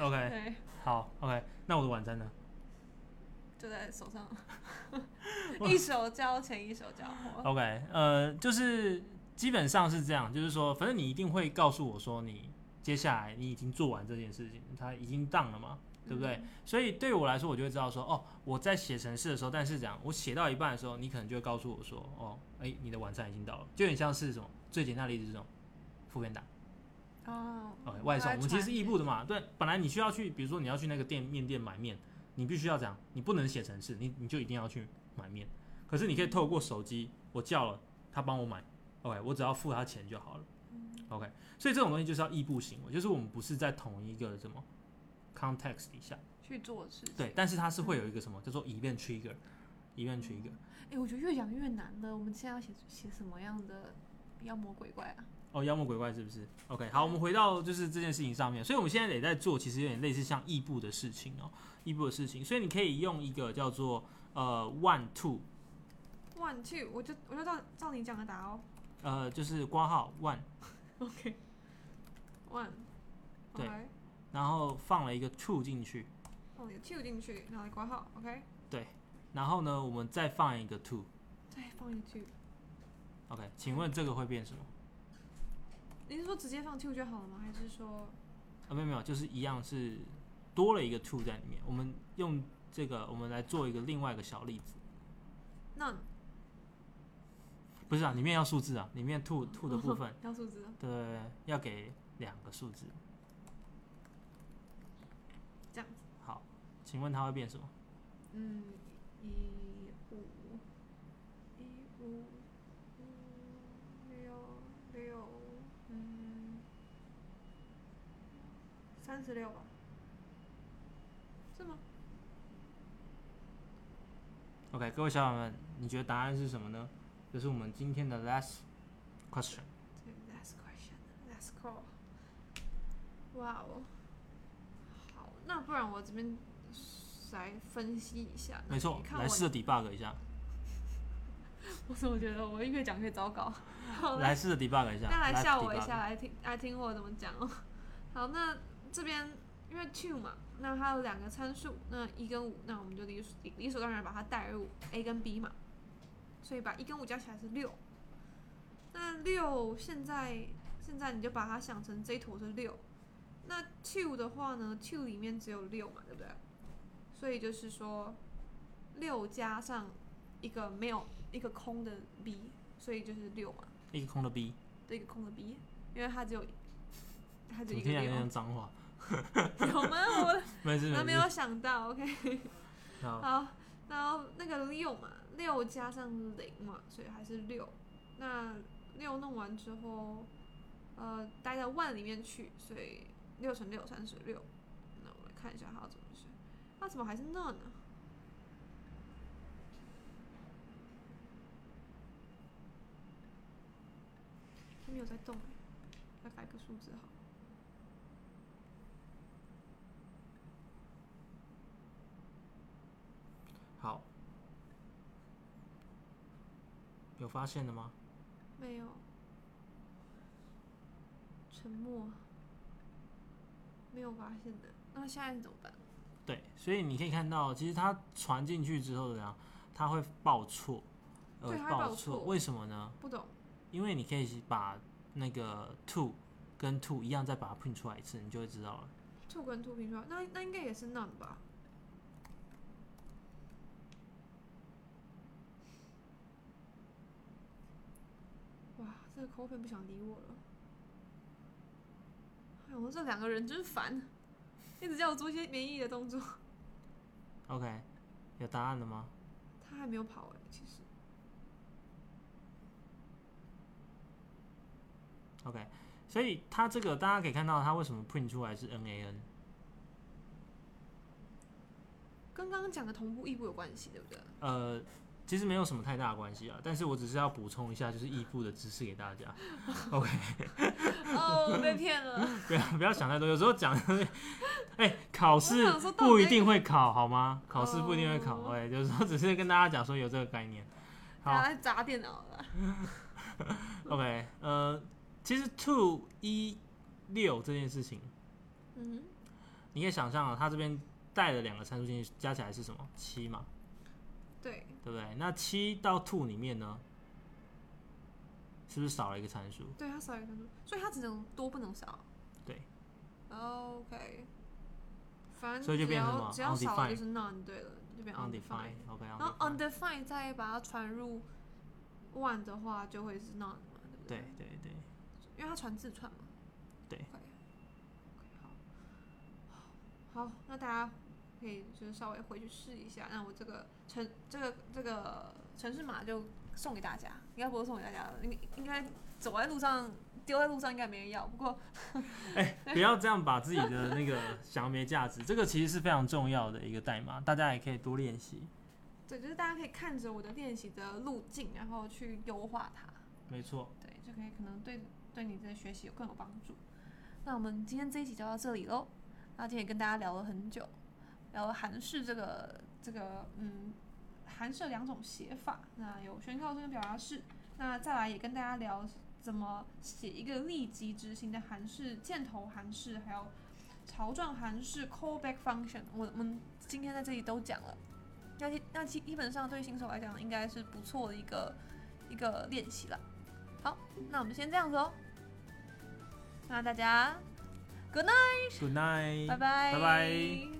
Speaker 2: ？OK，
Speaker 1: 对，
Speaker 2: 好，OK，那我的晚餐呢？
Speaker 1: 就在手
Speaker 2: ，
Speaker 1: 上
Speaker 2: 我
Speaker 1: 一手交钱一手交货。
Speaker 2: OK，呃，就是基本上是这样，就是说，反正你一定会告诉我说你接下来你已经做完这件事情，它已经当了嘛，对不对？所以对我来说，我就会知道说，哦，我在写程式的时候，但是讲我写到一半的时候，你可能就会告诉我说，哦，哎，你的晚餐已经到了，就很像是什么最简单的例子是什么，副片打。
Speaker 1: 哦
Speaker 2: OK，外呃送，我们其实是异步
Speaker 1: 的。
Speaker 2: 的嘛。对，本来你需要去，比如说你要去那个店面店买面，你必须要这样，你不能写程式，你你就一定要去买面。可是你可以透过手机我叫了，他帮我买，OK，我只要付他钱就好了，OK。所以这种东西就是要异步行为，就是我们不是在同一个什么 context 底下，
Speaker 1: 去做事情。
Speaker 2: 对，但是它是会有一个什么叫做 event trigger。event trigger
Speaker 1: 哎、我觉得越讲越难的。我们现在要写写什么样的妖魔鬼怪啊？
Speaker 2: 哦，妖魔鬼怪是不是？OK，好，我们回到就是这件事情上面，所以我们现在也在做，其实有点类似像异步的事情哦，异步的事情，所以你可以用一个叫做呃 one two，
Speaker 1: One two，我就我就照照你讲的打哦。
Speaker 2: 呃，就是挂号 one，
Speaker 1: OK。One。
Speaker 2: 对
Speaker 1: OK。
Speaker 2: 然后放了一个 two 进去，
Speaker 1: 放你的 two 进去，然后你挂号。OK。
Speaker 2: 然后呢，我们再放一个 two。
Speaker 1: 再放一 two。
Speaker 2: OK，请问这个会变什么？
Speaker 1: 你是说直接放 two 就好了吗？还是说
Speaker 2: 啊，没有没有，就是一样是多了一个 two 在里面。我们用这个，我们来做一个另外一个小例子，
Speaker 1: 那
Speaker 2: 不是啊，里面要数字啊，里面 two two 的部分，
Speaker 1: 要数字啊？
Speaker 2: 对，要给两个数字。
Speaker 1: 这样
Speaker 2: 子。好，请问它会变什么？
Speaker 1: 嗯，一五一五五六六嗯，三十六吧？是吗？
Speaker 2: OK，各位小伙伴们，你觉得答案是什么呢？这是我们今天的 last question。
Speaker 1: 对，last question, last call。哇哦，好，那不然我这边来分析一下。那
Speaker 2: 没错
Speaker 1: 你，看
Speaker 2: 来
Speaker 1: 我，
Speaker 2: 试着 debug 一下，
Speaker 1: 我怎么觉得我越讲越糟糕？好
Speaker 2: 来试着 debug 一下，
Speaker 1: 那来
Speaker 2: 来
Speaker 1: 吓我一
Speaker 2: debug
Speaker 1: 下，。来听来听我怎么讲哦。好，那这边因为 two 嘛，那它有两个参数，那一跟五，那我们就理所理所当然把它代入 a 跟 b 嘛，所以把一跟五加起来是六。那六现在现在你就把它想成这一坨是六，那 two 的话呢，two 里面只有六嘛，对不对？所以就是说六加上一个没有一个空的 b，所以就是六嘛。
Speaker 2: 一个空的 B，
Speaker 1: 的一个空的 B，因为它只有它只
Speaker 2: 怎
Speaker 1: 有一个
Speaker 2: 么听起来有
Speaker 1: 六，
Speaker 2: 点脏话？
Speaker 1: 有吗？ 我
Speaker 2: 没事
Speaker 1: 那
Speaker 2: 没
Speaker 1: 没
Speaker 2: 事。
Speaker 1: 有想到，OK，
Speaker 2: 好，
Speaker 1: 好，然后那个六嘛，六加上零嘛，所以还是六。那六弄完之后，呃，待到万里面去，所以六乘六三十六。那我来看一下它要怎么写，它怎么还是 n 呢？它没有在动欸再改个数字好了。
Speaker 2: 好，有发现了吗？
Speaker 1: 没有，沉默，没有发现的。那现在怎么办？
Speaker 2: 对，所以你可以看到，其实它传进去之后怎样，它会报错，呃
Speaker 1: 对，它会
Speaker 2: 报
Speaker 1: 报错
Speaker 2: 为什么呢？
Speaker 1: 不懂。
Speaker 2: 因为你可以把那个 two 跟 two 一样，再把它 print 出来一次，你就会知道了。
Speaker 1: 兔跟兔拼出来，那那应该也是 none 吧？哇，这个口粉不想理我了。哎呦，这两个人真烦，一直叫我做一些没意义的动作。
Speaker 2: OK，有答案了吗？
Speaker 1: 他还没有跑哎、其实
Speaker 2: OK，所以它这个大家可以看到，它为什么 print 出来是 NAN？
Speaker 1: 跟刚刚讲的同步异步有关系，对不对？
Speaker 2: 呃，其实没有什么太大的关系啊，但是我只是要补充一下，就是异步的知识给大家。OK，
Speaker 1: 哦，被骗 了。
Speaker 2: 不要 不要想太多，有时候讲，哎、考试
Speaker 1: 我想说到底
Speaker 2: 不一定会考，好吗？考试不一定会考，
Speaker 1: 哦啊
Speaker 2: 哎、有时候只是跟大家讲说有这个概念。
Speaker 1: 拿
Speaker 2: 好
Speaker 1: 来砸电脑了。
Speaker 2: ，OK，呃，其实 two 一六这件事情，
Speaker 1: 嗯，
Speaker 2: 你可以想象啊，它这边带了两个参数进去，加起来是什么？七嘛，
Speaker 1: 对，
Speaker 2: 对不对？那七到 two 里面呢，是不是少了一个参数？
Speaker 1: 对，它少一个分数，所以它只能多不能少。
Speaker 2: 对
Speaker 1: ，OK，反正
Speaker 2: 所以就
Speaker 1: 只
Speaker 2: 变成
Speaker 1: 要
Speaker 2: 什么
Speaker 1: 只要少了
Speaker 2: Undefined
Speaker 1: 就是 none，对了，就变 undefined。
Speaker 2: OK，
Speaker 1: 然后 undefined 再把它传入 one 的话，就会是 none 嘛，对不
Speaker 2: 对对对，
Speaker 1: 因为它传自串嘛。
Speaker 2: 对
Speaker 1: OK，好，好，那大家可以就是稍微回去试一下。那我这个城这个这个城市码就送给大家，应该不会送给大家的，应应该走在路上丢在路上应该没人要。不过
Speaker 2: 哎、不要这样把自己的那个想要没价值，这个其实是非常重要的一个代码，大家也可以多练习。
Speaker 1: 对，就是大家可以看着我的练习的路径，然后去优化它，
Speaker 2: 没错，
Speaker 1: 对，就可以可能对对你的学习有更有帮助。那我们今天这一集就到这里喽。那今天也跟大家聊了很久，聊了韩式这个这个嗯，韩式的两种写法，那有宣告式跟表达式。那再来也跟大家聊怎么写一个立即执行的韩式箭头韩式，还有潮状韩式 callback function 我。我们今天在这里都讲了。那基那基基本上对新手来讲应该是不错的一个一个练习了。好，那我们先这样子哦。那大家
Speaker 2: Good night，
Speaker 1: 拜拜，
Speaker 2: 嗯拜拜。